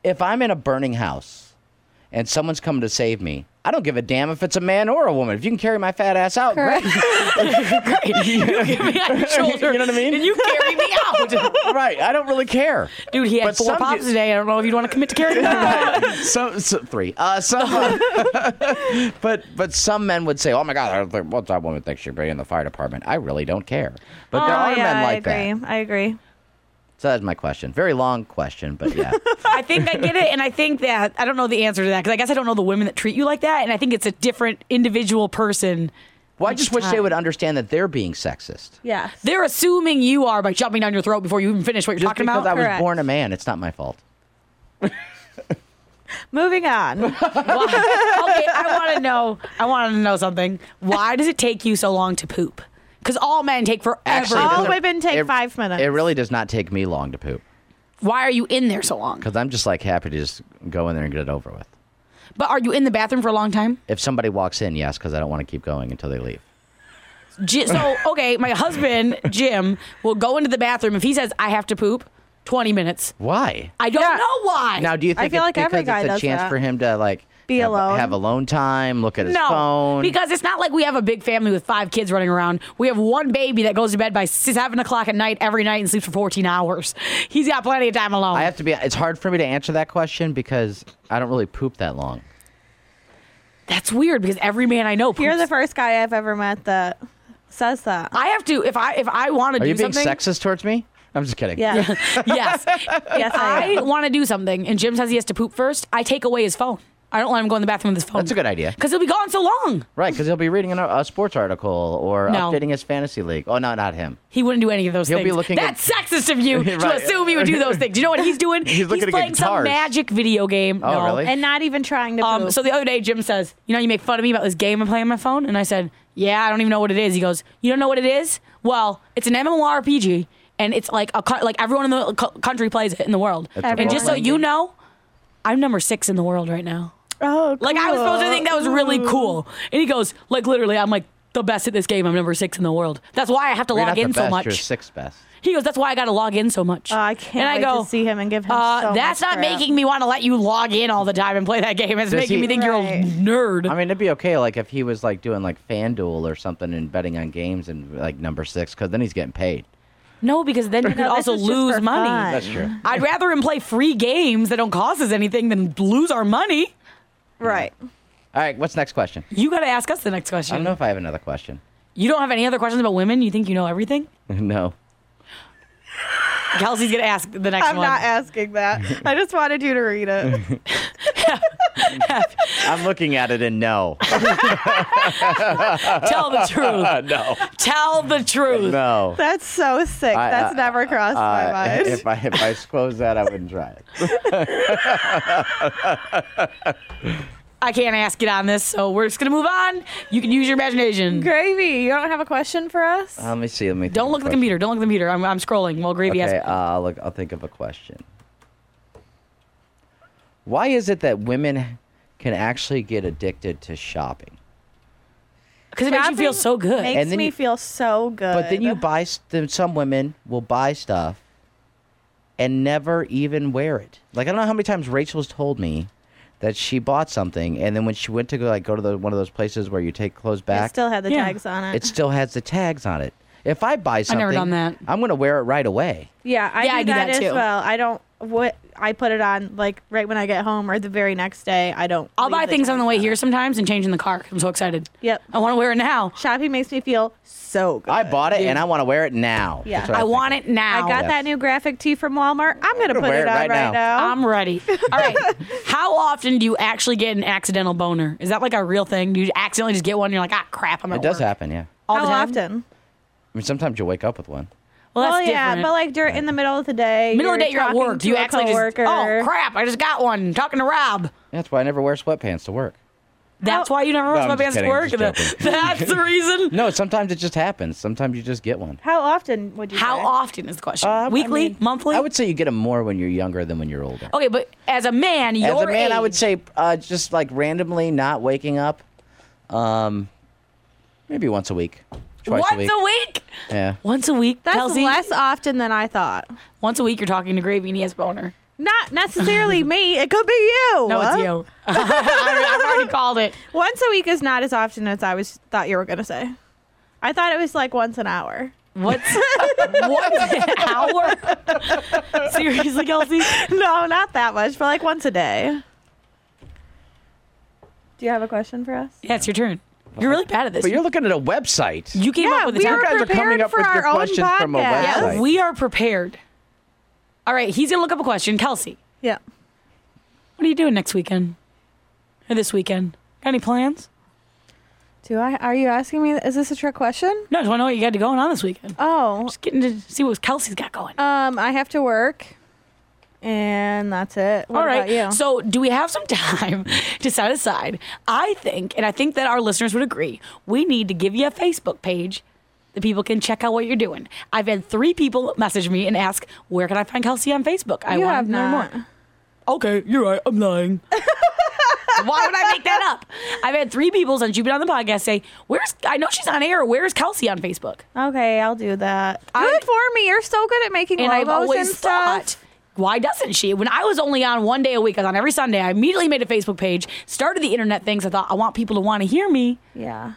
if I'm in a burning house and someone's coming to save me, I don't give a damn if it's a man or a woman. If you can carry my fat ass out, great. you give <laughs> me on <laughs> your shoulder. You know what I mean? And you carry me out. right. I don't really care. <laughs> Dude, he had But four some pops do- today. I don't know if you'd want to commit to carrying him out. some, so- <laughs> three. Uh, some, but but some men would say, "Oh my God, I don't think- what's that woman think she'd be in the fire department?" I really don't care. But there Oh, are yeah, men like I agree. that. I agree. So that's my question. Very long question, but <laughs> yeah. <laughs> I think I get it, and I think that I don't know the answer to that because I guess I don't know the women that treat you like that, and I think it's a different individual person. well, I just wish they would understand that they're being sexist. Yeah. They're assuming you are by jumping down your throat before you even finish what you're Just talking because about. I was Correct. born a man, it's not my fault. <laughs> Moving on. Why- okay, I want to know. I want to know something. Why does it take you so long to poop? Because all men take forever. Actually, to it All doesn't- poop. women take it- five minutes. It really does not take me long to poop Why are you in there so long? because I'm just like happy to just go in there and get it over with. But are you in the bathroom for a long time? If somebody walks in, yes, because I don't want to keep going until they leave. Ji- So <laughs> okay, my husband Jim will go into the bathroom if he says I have to poop. Twenty minutes. Why? I don't know why. Now, do you I think feel it's like every because guy it's a does chance that. for him to like Be have, alone. have alone time, look at his no, phone? because it's not like we have a big family with five kids running around. We have one baby that goes to bed by seven o'clock at night every night and sleeps for fourteen hours. <laughs> He's got plenty of time alone. I have to be. It's hard for me to answer that question because I don't really poop that long. That's weird because every man I know. Poops. You're the first guy I've ever met that says that. I have to if I if I want to Are do you being something. sexist towards me? I'm just kidding. Yeah. <laughs> yes, yes, I, I want to do something, and Jim says he has to poop first. I take away his phone. I don't let him go in the bathroom with his phone. That's a good idea. Because he'll be gone so long. <laughs> Right, because he'll be reading an, a sports article or No. updating his fantasy league. Oh, no, not him. He wouldn't do any of those He'll be things. looking at- That's sexist <laughs> of you to Right. assume he would do those things. Do you know what he's <laughs> doing? He's looking at playing some guitars. magic video game. Oh, No. really? and not even trying to. Um, poop. so the other day, Jim says, "You know, you make fun of me about this game I'm playing on my phone," and I said, "Yeah, I don't even know what it is." He goes, "You don't know what it is? Well, it's an MMORPG, and it's like a co- like everyone in the co- country plays it in the world. a and just so role-playing you know, I'm number six in the world right now. oh, Like I was supposed to think that was really cool." And he goes, "Like literally, I'm like." The best at this game. I'm number six in the world. That's why I have to You're not log in the so best, much. You're sixth best. He goes, "That's why I got to log in so much." Oh, I can't and I wait go, to see him and give him Uh, so that's much not crap. making me want to let you log in all the time and play that game. It's Does making he- me think you're a Right. nerd. I mean, it'd be okay, like, if he was, like, doing, like, FanDuel or something and betting on games and, like, number six, because then he's getting paid. no, because then you could <laughs> No, this also is just lose for money. fun. That's true. I'd rather him play free games that don't cost us anything than lose our money. right. All right, what's next question? You got to ask us the next I question. don't know if I have another question. <laughs> You don't have any other questions about women? You think you know everything? no. Kelsey's gonna ask the next I'm one. not asking that. I just wanted you to read it. <laughs> I'm looking at it and no. Tell the <laughs> truth. no. Tell the truth. No. That's so sick. I- That's I- never crossed my Uh, mind. if I if <laughs> I disclose that, I wouldn't try it. I can't ask it on this, so we're just gonna move on. You can use your imagination. Gravy, you don't have a question for us? Um, let me see. Let me. Don't look at the computer. Don't look at the computer. I'm, I'm scrolling while Gravy Okay. asks. Uh, I'll look. I'll think of a question. Why is it that women can actually get addicted to shopping, Because it makes you feel so good. Makes And then me you- feel so good. but then you buy? s- Then some women will buy stuff and never even wear it. Like I don't know how many times Rachel's told me that she bought something, and then when she went to go like go to the, one of those places where you take clothes I back, still had the Yeah. tags on it. it still has the tags on it. If I buy something, never done that. I'm going to wear it right away. yeah, I Yeah, do, I do that, that as too. well. I don't what I put it on like right when I get home or the very next day. I don't. I'll leave buy things on the tags way here sometimes and change in the car. 'cause I'm so excited. Yep. I want to wear it now. Shopping makes me feel so good. I bought it and I want to wear it now. Yeah. That's what I was want thinking. it now. I got Yes. that new graphic tee from Walmart. I'm gonna put wear it it on right now. right, now. I'm <laughs> ready. All right. How often do you actually get an accidental boner? Is that like a real thing? Do you accidentally just get one? And you're like, ah, crap. I'm at It does work." happen, yeah. All How the time? often? I mean, sometimes you wake up with one. Well, that's well, yeah, different. but like during in the middle of the day, middle of the day, you're at talking work. Do you to a actually coworker. just? Oh crap! I just got one. Talking to Rob. That's why I never wear sweatpants to work. That's why you never wear No, I'm sweatpants just to kidding, I'm work. just <laughs> That's the reason. <laughs> No, sometimes it just happens. Sometimes you just get one. How often would you? How say? often is the Um, question? Uh, I Weekly, mean, monthly. I would say you get them more when you're younger than when you're older. okay, but as a man, As your a man, I would age- say uh, just like randomly not waking up, um, maybe once a week, twice once a week. yeah. Once a week. That's Kelsey, less often than I thought. Once a week, you're talking to Gravy and he has boner. Not necessarily me. It could be you. No, it's you. <laughs> I've already called it. Once a week is not as often as I was thought you were gonna say. I thought it was like once an hour. <laughs> What's what's an hour? <laughs> Seriously, Kelsey? No, not that much, but like once a day. Do you have a question for us? Yeah, it's your turn. You're really bad at this. But you're looking at a website. you came Yeah, up with we this. are You guys are coming prepared up for with your our own questions from a podcast. website. yeah, we are prepared. All right, he's gonna look up a question. Kelsey, Yeah. what are you doing next weekend or this weekend? Got any plans? Do I? Are you asking me? Is this a trick question? No, I just want to know what you got going on this weekend. Oh, Just getting to see what Kelsey's got going. um, I have to work, and that's it. What All right. about you? So, do we have some <laughs> time to set aside? I think, and I think that our listeners would agree, we need to give you a Facebook page that people can check out what you're doing. I've had three people message me and ask, "Where can I find Kelsey on Facebook?" I You want have to learn not. more. Okay, you're right. I'm lying. <laughs> Why would I make that up? I've had three people since you've been on the podcast say, "Where's?" I know she's on air. Where's Kelsey on Facebook? okay, I'll do that. Good I- for me. You're so good at making and I've logos always and stuff. thought, why doesn't she? When I was only on one day a week, I was on every Sunday. I immediately made a Facebook page, started the internet things. I thought I want people to want to hear me, Yeah.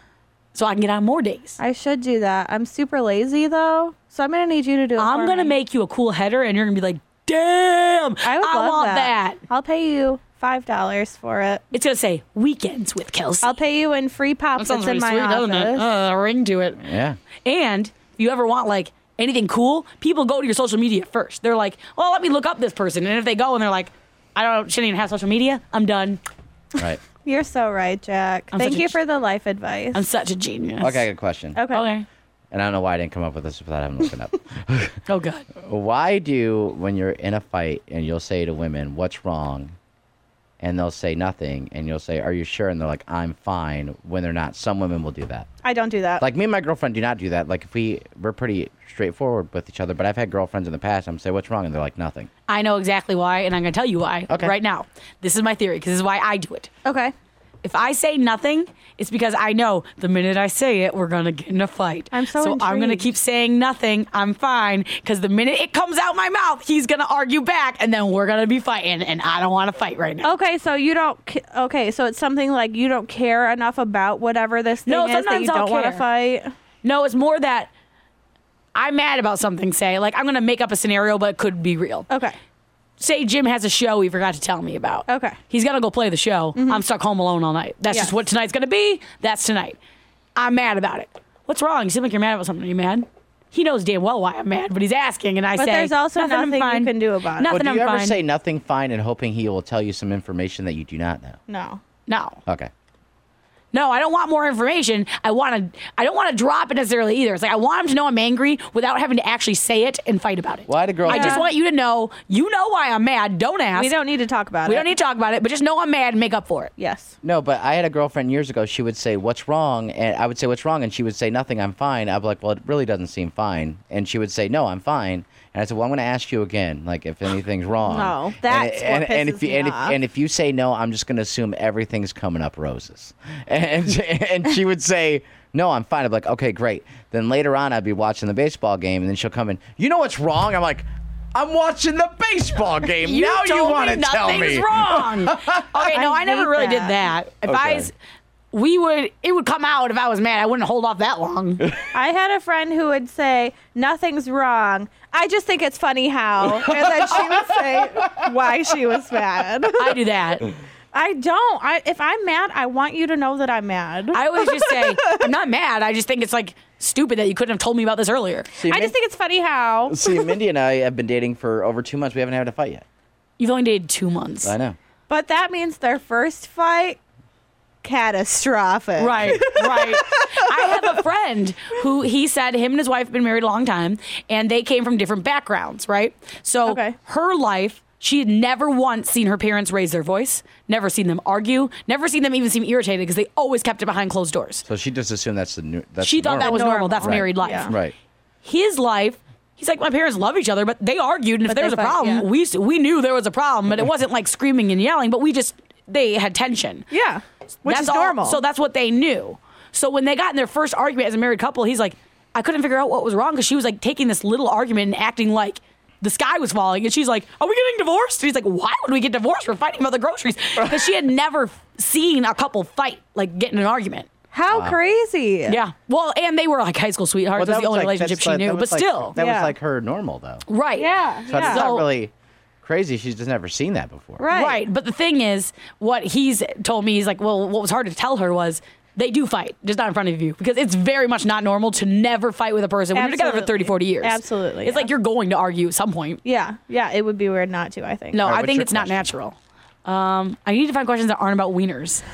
so I can get on more days. I should do that. I'm super lazy though, so I'm gonna need you to do it. I'm for gonna me. make you a cool header, and you're gonna be like, "Damn, I would love want that. that. I'll pay you five dollars for it. It's gonna say weekends with Kelsey. I'll pay you in free pop that's in my doesn't it? office. Uh, a ring to it. Yeah. And if you ever want like anything cool, people go to your social media first. They're like, "Well, let me look up this person," and if they go and they're like, "I don't, shouldn't even have social media. I'm done." Right. You're so right, Jack. I'm Thank such a you ch- for the life advice. I'm such a genius. Okay, good question. okay. Okay. And I don't know why I didn't come up with this without having looked it up. <laughs> Oh, God. why do when you're in a fight and you'll say to women, "What's wrong?" and they'll say nothing, and you'll say, "Are you sure?" and they're like, "I'm fine." When they're not, some women will do that. I don't do that. Like me and my girlfriend do not do that. Like if we we're pretty straightforward with each other, but I've had girlfriends in the past. I'm say, "What's wrong?" and they're like, "Nothing." I know exactly why, and I'm going to tell you why Okay. right now. This is my theory because this is why I do it. okay. If I say nothing, it's because I know the minute I say it, we're gonna get in a fight. I'm so I'm gonna intrigued. keep saying nothing. I'm fine because the minute it comes out my mouth, he's gonna argue back, and then we're gonna be fighting. And I don't want to fight right now. Okay, so you don't. ca- Okay, so it's something like you don't care enough about whatever this thing No, is that sometimes you I'll don't want to care. fight. No, it's more that I'm mad about something. Say like I'm gonna make up a scenario, but it could be real. Okay, Say Jim has a show he forgot to tell me about. Okay. Mm-hmm. he's gotta go play the show. I'm stuck home alone all night. That's just Yes. what tonight's gonna be. That's tonight. I'm mad about it. What's wrong? You seem like you're mad about something. Are you mad? He knows damn well why I'm mad, but he's asking, and I But say, there's also I'm nothing you fine." can do about it. Well, Nothing do I'm you ever fine. say nothing fine and hoping he will tell you some information that you do not know? no. no, Okay. no. I don't want more information. I want to. I don't want to drop it necessarily either. It's like I want him to know I'm angry without having to actually say it and fight about it. Well, I had a girl- I just Yeah. want you to know. You know why I'm mad. Don't ask. We don't need to talk about We it. don't need to talk about it, but just know I'm mad and make up for it. Yes. No, but I had a girlfriend years ago. She would say, "What's wrong?" and I would say, "What's wrong?" and she would say, "Nothing. I'm fine." I'd be like, "Well, it really doesn't seem fine." And she would say, "No, I'm fine." And I said, "Well, I'm going to ask you again, like if anything's wrong." No, And- that's and, what and pisses if you, me and if, off. and if you say no, I'm just going to assume everything's coming up roses. <laughs> And and she would say. No, I'm fine. I'd be like, okay, great. Then later on, I'd be watching the baseball game, and then she'll come in. You know what's wrong? I'm like, I'm watching the <laughs> baseball game. You now you told me want to tell nothing's me <laughs> wrong. okay, no, I, I never hate really did that. If that. I, Okay. s- we would, it would come out if I was mad. I wouldn't hold off that long. I had a friend who would say, Nothing's wrong. I just think it's funny how. And then <laughs> she would say why she was mad. I do that. I don't. I, if I'm mad, I want you to know that I'm mad. I, I always just say, I'm not mad. I just think it's like stupid that you couldn't have told me about this earlier. See, just maybe- think it's funny how. See, Mindy and I have been dating for over two months. We haven't had a fight yet. You've only dated two months. I know. But that means their first fight, catastrophic. Right, right. I have a friend who he said him and his wife have been married a long time and they came from different backgrounds, right? So Okay. her life, she had never once seen her parents raise their voice, never seen them argue, never seen them even seem irritated because they always kept it behind closed doors. So she just assumed that's the new. That's she thought that was normal. That's Right. married life. Yeah. right. His life, he's like, my parents love each other, but they argued, and if But there they was a fight, problem, yeah. we used to- we knew there was a problem, but it wasn't like screaming and yelling, but we just they had tension. Yeah. Which That's is all- normal. so that's what they knew. So when they got in their first argument as a married couple, he's like, I couldn't figure out what was wrong because she was like taking this little argument and acting like the sky was falling, and she's like, "Are we getting divorced?" And he's like, "Why would we get divorced? We're fighting about <laughs> the groceries." Because she had never seen a couple fight, like get in an argument. how crazy. Yeah. Well, and they were like high school sweethearts. was the only relationship that's she like- knew, that but was like- still, that was Yeah. like her normal though. right? Yeah. So it's yeah. not really crazy. She's just never seen that before. Right. Right. But the thing is, what he's told me, he's like, well, what was hard to tell her was they do fight, just not in front of you, because it's very much not normal to never fight with a person when you're together for 30, 40 Absolutely. years. Absolutely, It's yeah. like you're going to argue at some point. Yeah. Yeah. It would be weird not to, I think. No, right, I what's think your it's not question? natural. Um, I need to find questions that aren't about wieners.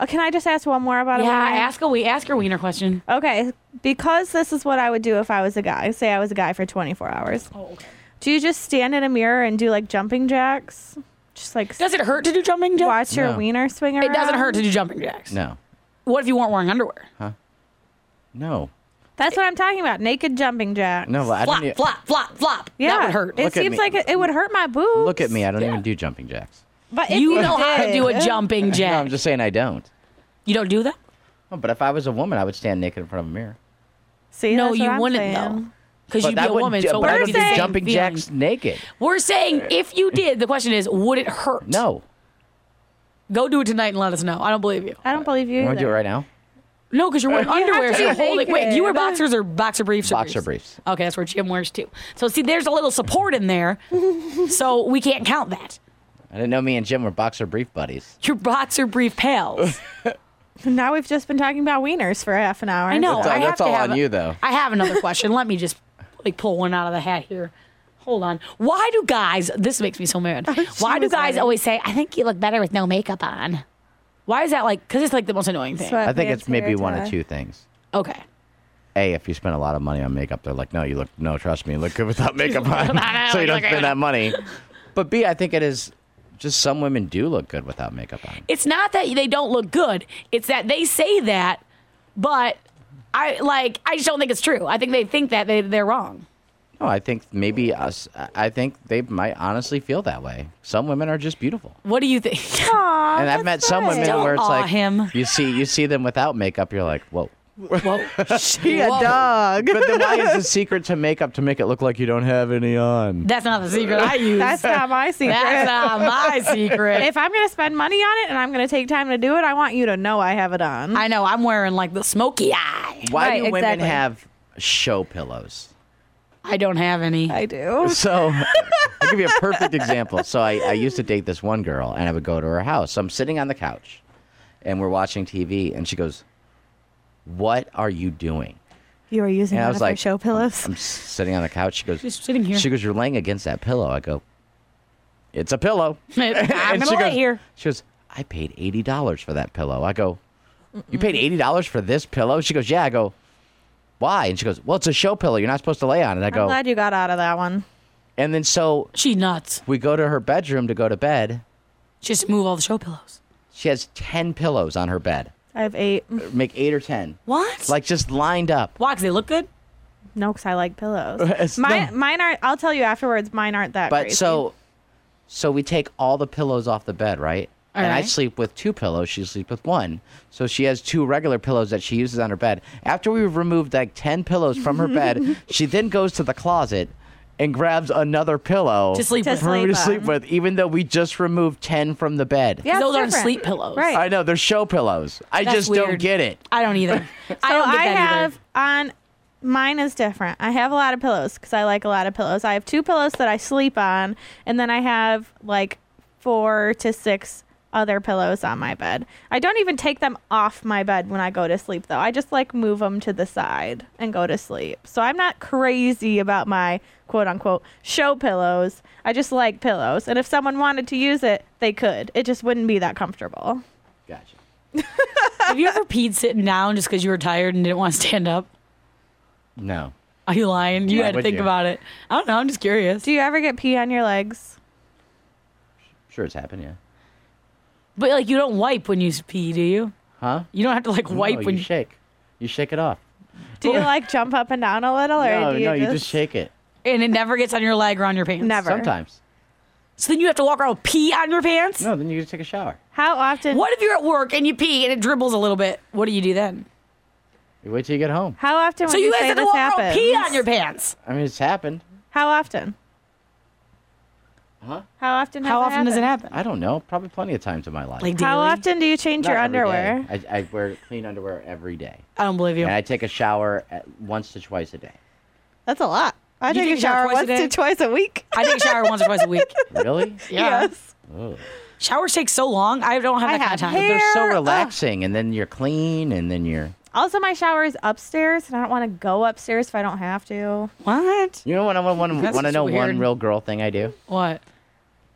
Oh, can I just ask one more about Yeah, it? ask a we ask her wiener question. Okay, because this is what I would do if I was a guy. Say I was a guy for 24 hours. Oh, okay. Do you just stand in a mirror and do like jumping jacks? Just like Does it hurt to do jumping jacks? watch your No. wiener swing around? It doesn't hurt to do jumping jacks. No. What if you weren't wearing underwear? No. That's what I'm talking about. Naked jumping jacks. No. I flop, don't. e- flop, flop, flop. Yeah, That would hurt. It Look at seems me. like it, it would hurt my boobs. Look at me. I don't even do jumping jacks. But if you know how to do a did- <laughs> jumping No, jack. I'm just saying I don't. you don't do that? Oh, but if I was a woman, I would stand naked in front of a mirror. See, No, that's you what I'm wouldn't saying. though, because But you'd be that a wouldn't woman. ju- so but I we're would would do saying- jumping jacks naked. We're saying if you did, the question is, would it hurt? No. Go do it tonight and let us know. I don't believe you. I don't believe you. You want either. to do it right now? No, because you're wearing underwear. to So you're be holding. Wait, naked. you wear boxers or boxer briefs? or Boxer briefs. Okay, that's where Jim wears too. So see, there's a little support in there, so we can't count that. I didn't know me and Jim were boxer brief buddies. Your boxer brief pals. <laughs> Now we've just been talking about wieners for half an hour. I know. That's all- I have that's to all have on you, though. I have another question. Let me just like pull one out of the hat here. Hold on. Why do guys? This makes me so mad. Why do was guys ready. always say, "I think you look better with no makeup on"? Why is that like? Because it's like the most annoying thing. Sweat I think it's pants, maybe hair one tie. of two things. Okay. A, if you spend a lot of money on makeup, they're like, no, you look, no, trust me, you look good <laughs> without makeup on. I so you look don't great spend without- that money. But B, I think it is just some women do look good without makeup on. It's not that they don't look good. It's that they say that, but I like I just don't think it's true. I think they think that they they're wrong. No, I think maybe us, I- I think they might honestly feel that way. Some women are just beautiful. What do you <laughs> think? and I've met some women Don't where it's awe like, him. you see, you see them without makeup, you're like, whoa. Whoa. <laughs> She a Whoa. dog. But then why <laughs> is the secret to makeup to make it look like you don't have any on? That's not the <laughs> secret I use. That's not my secret. That's not my secret. if I'm going to spend money on it and I'm going to take time to do it, I want you to know I have it <laughs> on. I know I'm wearing like the smoky eye. Why do Right, women exactly. have show pillows? I don't have any. I do. So I'll give you a perfect example. So I, I used to date this one girl, and I would go to her house. So I'm sitting on the couch, and we're watching TV, and she goes, "What are you doing?" You were using And I one was of like, your show pillows. I'm s- sitting on the couch. She goes, Just sitting here. She goes, "You're laying against that pillow." I go, "It's a pillow." <laughs> I'm And gonna she lay goes, here. She goes, I paid eighty dollars for that pillow. I go, You paid eighty dollars for this pillow? She goes, Yeah. I go, Why? And she goes, Well, it's a show pillow. You're not supposed to lay on it. I I'm go, glad you got out of that one. and then so She nuts. we go to her bedroom to go to bed. She has to move all the show pillows. She has ten pillows on her bed. I have eight. Make eight or ten. What? Like just lined up. why? Because they look good. No, because I like pillows. <laughs> It's mine, not- mine aren't. I'll tell you afterwards. Mine aren't that. But crazy. so so we take all the pillows off the bed, right? All and I right. sleep with two pillows. She sleeps with one. So she has two regular pillows that she uses on her bed. After we've removed like 10 pillows from her <laughs> bed, she then goes to the closet and grabs another pillow To sleep To with. for me to Sleep on. sleep with, even though we just removed 10 from the bed. yeah, it's Those aren't different. sleep pillows. right? I know, they're show pillows. I That's just don't weird. get it. I don't <laughs> either. I So don't get that I either. have on mine is different. I have a lot of pillows because I like a lot of pillows. I have two pillows that I sleep on, and then I have like four to six other pillows on my bed. I don't even take them off my bed when I go to sleep though. I just like move them to the side and go to sleep. So I'm not crazy about my quote unquote show pillows. I just like pillows. And if someone wanted to use it, they could. It just wouldn't be that comfortable. Gotcha. Have you ever peed sitting down just because you were tired and didn't want to stand up? No. Are you lying? You Why had to would think you? about it. I don't know. I'm just curious. Do you ever get pee on your legs? Sure, it's happened, yeah. But like, you don't wipe when you s- pee, do you? Huh? You don't have to like wipe No, when you shake. You shake it off. Do <laughs> you like jump up and down a little, or no, do you no, just, you just shake it. and it never gets on your leg or on your pants. Never. Sometimes. So then you have to walk around with pee on your pants. No, then you just take a shower. How often? What if you're at work and you pee and it dribbles a little bit? What do you do then? You wait till you get home. How often So would you, you guys say have to this walk happens? around with pee on your pants. I mean, it's happened. How often? Huh? How often? How has often does it happened? happen? I don't know. Probably plenty of times in my life. Like daily. How often do you change Not your every underwear? day. I, I wear clean underwear every day, I don't believe you. and I take a shower at once to twice a day. That's a lot. I You take a shower twice a once day? to twice a week. I take a shower once or twice a week. Really? Yeah. Yes. Showers take so long. I don't have I that kind of have time. hair. They're so Ugh. relaxing, and then you're clean, and then you're. Also, my shower is upstairs, and I don't want to go upstairs if I don't have to. What? You know what? I want to That's want to just know weird. one real girl thing I do. What?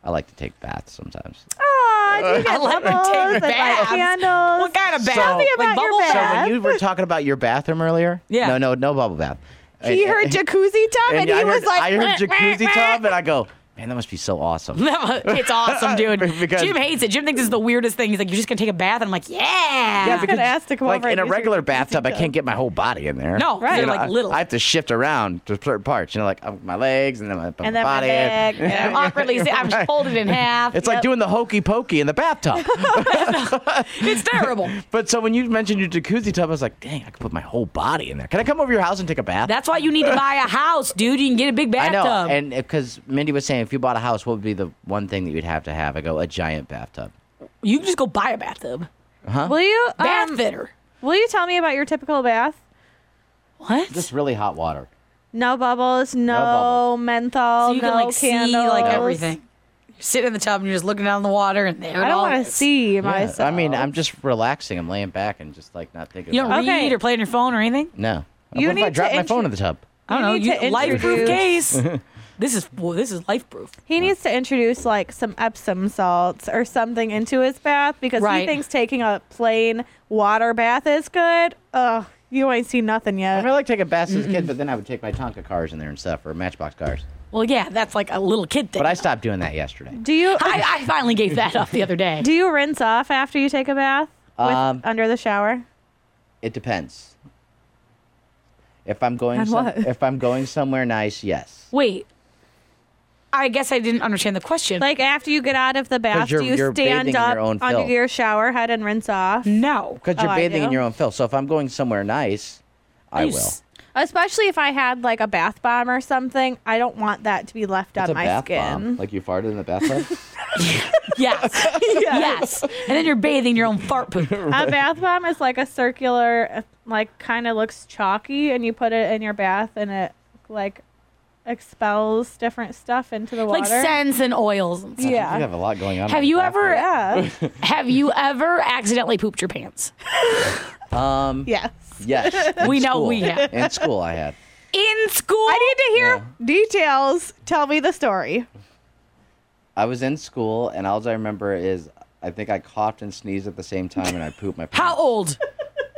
I like to take baths sometimes. Oh, do you get I love to take bubbles and light baths. candles? What kind of bath? Tell me about your So bath. when you were talking about your bathroom earlier, Yeah. no, no, no bubble bath. He heard jacuzzi tub, and, he I heard, was like, I <laughs> heard jacuzzi tub, and I go, man, that must be so <laughs> awesome. it's <laughs> awesome, dude. Because- Jim hates it. Jim thinks it's the weirdest thing. He's like, you're just gonna take a bath, and I'm like, yeah. Yeah, <laughs> because ask to come like over in and a use your regular jacuzzi bathtub, I tub. can't get my whole body in there. No, You they're know, like I- little. I have to shift around to certain parts. You know, like uh, my legs and then my, and then my body. leg. I'm awkwardly, I'm just folded in half. <laughs> It's like doing the hokey pokey in the <laughs> bathtub. <laughs> it's terrible. but so when you mentioned your jacuzzi tub, I was like, dang, I could put my whole body in there. Can I come over to your house and take a bath? That's why you need to buy a house, dude. You can get a big I bathtub. know, and because Mindy was saying, if you bought a house, what would be the one thing that you'd have to have? I go, a giant bathtub. you can just go buy a Um, bathtub. Will you Bath um, fitter. Will you tell me about your typical bath? What? Just really hot water. No bubbles, no, bubbles. menthol, so you no can like candles. see like everything. You're sitting in the tub and you're just looking down the water and there. I it don't all want to is. see Yeah, myself. I mean, I'm just relaxing. I'm laying back and just like not thinking. You about don't Okay. read or play on your phone or anything. it. No. You what if I need to drop my phone intro- in the tub? I don't know. need You to life proof <laughs> introduce- case. This is well, this is life proof. He needs to introduce like some Epsom salts or something into his bath because Right. he thinks taking a plain water bath is good. Ugh, you ain't seen nothing I yet. mean, I like taking baths as a kid, but then I would take my Tonka cars in there and stuff, or Matchbox cars. Well, yeah, that's like a little kid thing. But I stopped doing that yesterday. Do you I, I finally gave that up the other day. do you rinse off after you take a bath with, Um, under the shower? It depends. If I'm going, On some- what? if I'm going somewhere nice, yes. Wait, I guess I didn't understand the question. Like after you get out of the bath, you're- do you you're bathing stand in your up own under filth. your shower head and rinse off? no, Because you're Oh, I bathing in do. your own filth. So if I'm going somewhere nice, I You will. s- Especially if I had like a bath bomb or something, I don't want that to be left It's on a my bath skin. bomb. Like you farted in the <laughs> bathtub. Yes. yes. And then you're bathing your own fart <laughs> poop. <laughs> A bath bomb is like a circular, like kind of looks chalky, and you put it in your bath, and it like expels different stuff into the water. Like scents and oils. And stuff. You yeah. have a lot going on. Have in you the ever <laughs> Yeah. have you ever accidentally pooped your pants? bathtub. Um. yes. Yes. in We know school. we <laughs> have. In school, I had. In school? I need to hear details. Tell me the story. I was in school, and all I remember is I think I coughed and sneezed at the same time, and I pooped my pants. How <laughs> old?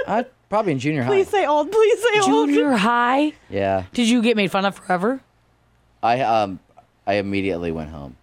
I, probably in junior Please high. say old. Please say old. Junior high? Yeah. Did you get made fun of forever? I um, I immediately went home.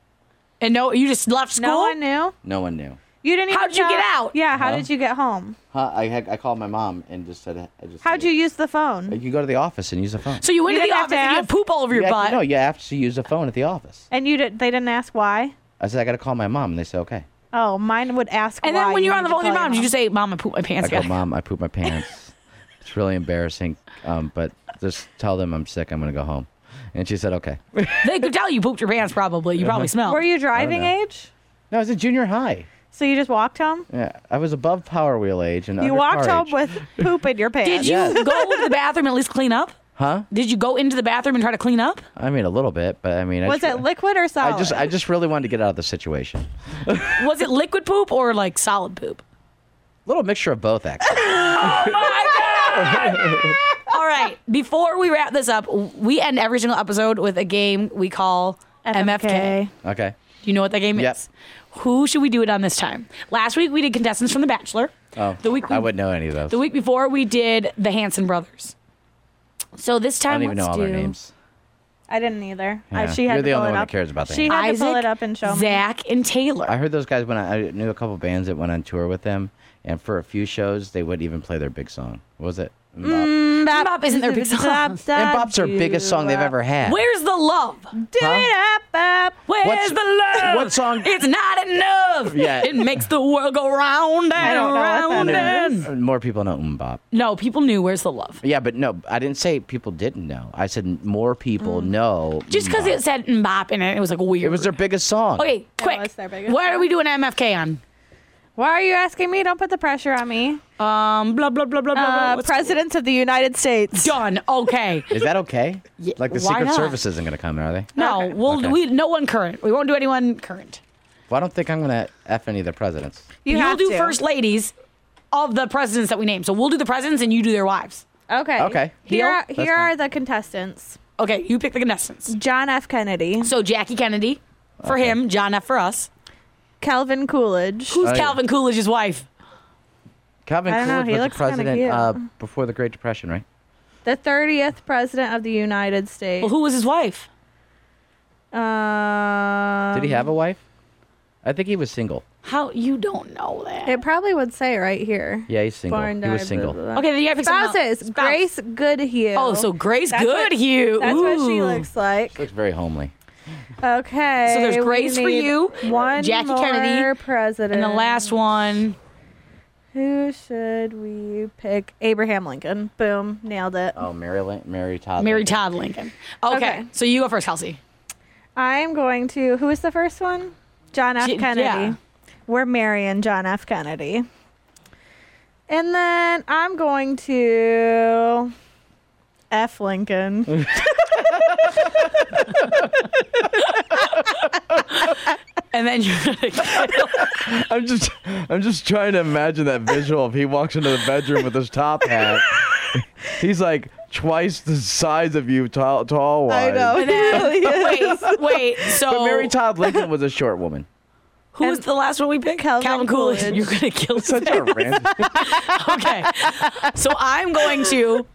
And no, you just left school? No one knew. No one knew. You didn't. Even How'd you know- get out? Yeah. How did you get home? Huh? I had, I called my mom and just said I just. How'd you use the You phone? can go to the office and use the phone. So you went to You the didn't have office to and you had ask? poop all over your You have- butt. No, you have to use the phone at the office. And you did. They didn't ask why. I said I got to call my mom, and they said okay. Oh, mine would ask. and why then when you you're on the need to phone with your call mom, you just say, Mom, I pooped my pants. I <laughs> go, gotta go." mom, I pooped my pants. it's really embarrassing, um, but just tell them I'm sick. I'm gonna go home. And she said okay. They could tell you pooped your pants probably. You Uh-huh. probably smelled. Were you driving Oh. know. age? No, I was in junior high. So you just walked home. Yeah, I was above power wheel age and You under walked car home age. with poop in <laughs> your Did pants. you go to the bathroom and at least clean up? Huh? Did you go into the bathroom and try to clean up? I mean, a little bit, but I mean, I Was just, it liquid or solid? I just, I just really wanted to get out of the situation. A Was it liquid poop or like solid <laughs> poop? little mixture of both, <laughs> actually. Oh All right. Before we wrap this up, we end every single episode with a game we call MFK. Okay. Do you know what that game Yep. is? Who should we do it on this time? Last week we did contestants from The Bachelor. Oh, The week we- I wouldn't know any of those. The week before we did the Hanson brothers. So this I time don't even know let's all do their names. I didn't either. I- Yeah. she had You're to the pull only it one that up. cares about that. She had Isaac, to pull it up and show me. Zach, and Taylor. I heard those guys when I, I knew a couple bands that went on tour with them, and for a few shows they wouldn't even play their big song. What was it? Mbop. Bop isn't their big song. <laughs> And Bop's their biggest song they've ever had. Where's the love? Do it up, up. Where's What's- the love? what song- It's not enough. Yeah. It makes the world go round and don't know what that round is. and. And More people know Mbop. No, people knew Where's the Love. Yeah, but no, I didn't say people didn't know. I said more people Mm. know. Just because Mbop. it said Mbop in it, it was like weird. It was their biggest song. <laughs> Okay, quick. was their biggest What are we doing MFK on? Why are you asking me? Don't put the pressure on me. Um, blah, blah, blah, blah, blah, blah. Uh, What's- presidents of the United States. Done. Okay. Is that okay? like the why Secret not? Service isn't going to come, are they? No, we'll Okay. we no one current. We won't do anyone current. Well, I don't think I'm going to F any of the presidents. You will have do to. first ladies of the presidents that we name. So we'll do the presidents and you do their wives. Okay. Okay. Here, are, That's here are the contestants. Okay, you pick the contestants. John F. Kennedy, So Jackie Kennedy for him, John F for us. Calvin Coolidge. Who's Oh, yeah. Calvin Coolidge's wife? Calvin I don't know, Coolidge he was the looks kinda president cute. uh, before the Great Depression, right? The 30th president of the United States. Well, who was his wife? Um, Did he have a wife? I think he was single. How you don't know that? It probably would say right here. Yeah, he's single. Born he die, was single. blah, blah, blah. okay, then you have to pick someone else. Spouses. Spouse. Grace Goodhue. Oh, so Grace That's what- Goodhue. That's what she Ooh. looks like. Looks very homely. Okay. So there's we Grace for need you, One Jackie more Kennedy, president. And the last one. Who should we pick? Abraham Lincoln. Boom. Nailed it. Oh, Mary, Lin- Mary Todd. Mary Lincoln. Todd Lincoln. Okay, Okay. so you go first, Kelsey. I'm going to. Who was the first one? John F. J- Kennedy. yeah. We're marrying John F. Kennedy. And then I'm going to. F. Lincoln. And <laughs> then you're gonna kill. I'm just, I'm just trying to imagine that visual. If he walks into the bedroom with his top hat, he's like twice the size of you, tall, tall wise. I know. It really is. <laughs> <laughs> wait, wait. So But Mary Todd Lincoln was a short woman. who was the last one we picked? Calvin Coolidge. Coolidge. You're gonna kill us. Such a random. <laughs> okay. So I'm going to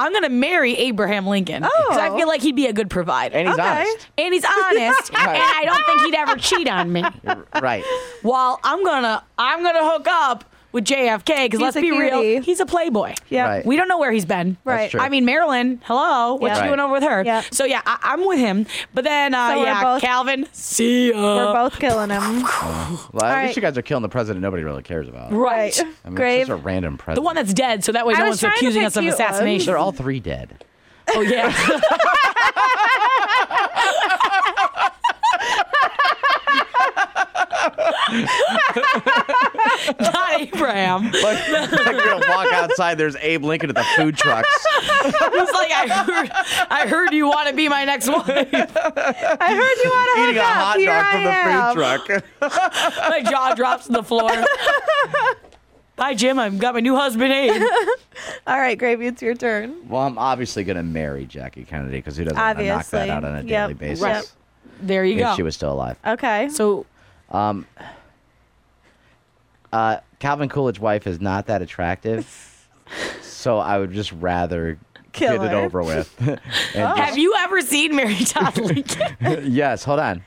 I'm gonna marry Abraham Lincoln. Oh. I feel like he'd be a good provider. And he's Okay. honest. And he's honest, and <laughs> Right. I don't think he'd ever cheat on me. <laughs> Right. While I'm gonna, I'm gonna hook up with JFK because He's let's a be real, cutie. he's a playboy. Yeah. Right. We don't know where he's been. Right. true. I mean, Marilyn, hello. What Yeah. you doing Right. over with her? Yeah. So, yeah, I, I'm with him. But then, uh, So we're yeah, both- Calvin, see ya. We're both killing him. Well, at All least right. you guys are killing the president nobody really cares about. Right. I mean, Grave. It's such a random president. The one that's dead, so that way I no was one's trying to accusing pick us of you, um, assassination. They're all three dead. Oh, yeah. <laughs> Not Abraham. Like, you're gonna walk outside. There's Abe Lincoln at the food <laughs> trucks. He's like, I heard, I heard you want to be my next wife. I heard you want <laughs> to eating a hook up. hot Here dog I from am. the food truck. My jaw drops to the floor. Hi, Jim. I've got my new husband, Abe. All right, Gravy, it's your turn. well, I'm obviously gonna marry Jackie Kennedy because who doesn't wanna knock Obviously. that out on a Yep. daily basis Right. There you if go. she was still alive. Okay. so, Uh, Calvin Coolidge's wife is not that attractive, <laughs> so I would just rather Kill get it her. over <laughs> with. And have you ever seen Mary Todd Lincoln? just- yes, hold on,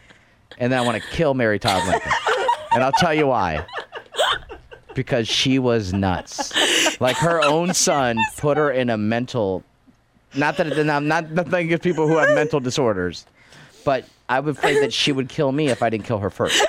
and then I want to kill Mary Todd Lincoln, and I'll tell you why. Because she was nuts. Like her own son put her in a mental. Not that it, not not nothing against people who have mental disorders, but I would afraid that she would kill me if I didn't kill her first.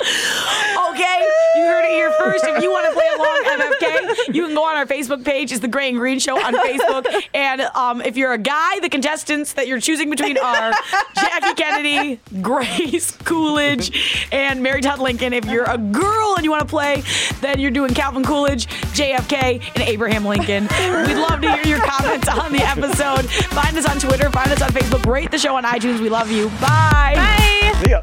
Okay, you heard it here first. If you want to play along, MFK, you can go on our Facebook page. It's the Gray and Green Show on Facebook. And um, if you're a guy, the contestants that you're choosing between are Jackie Kennedy, Grace Coolidge, and Mary Todd Lincoln. If you're a girl and you want to play, then you're doing Calvin Coolidge, JFK, and Abraham Lincoln. We'd love to hear your comments on the episode. Find us on Twitter. Find us on Facebook. Rate the show on iTunes. We love you. Bye. Bye. See ya.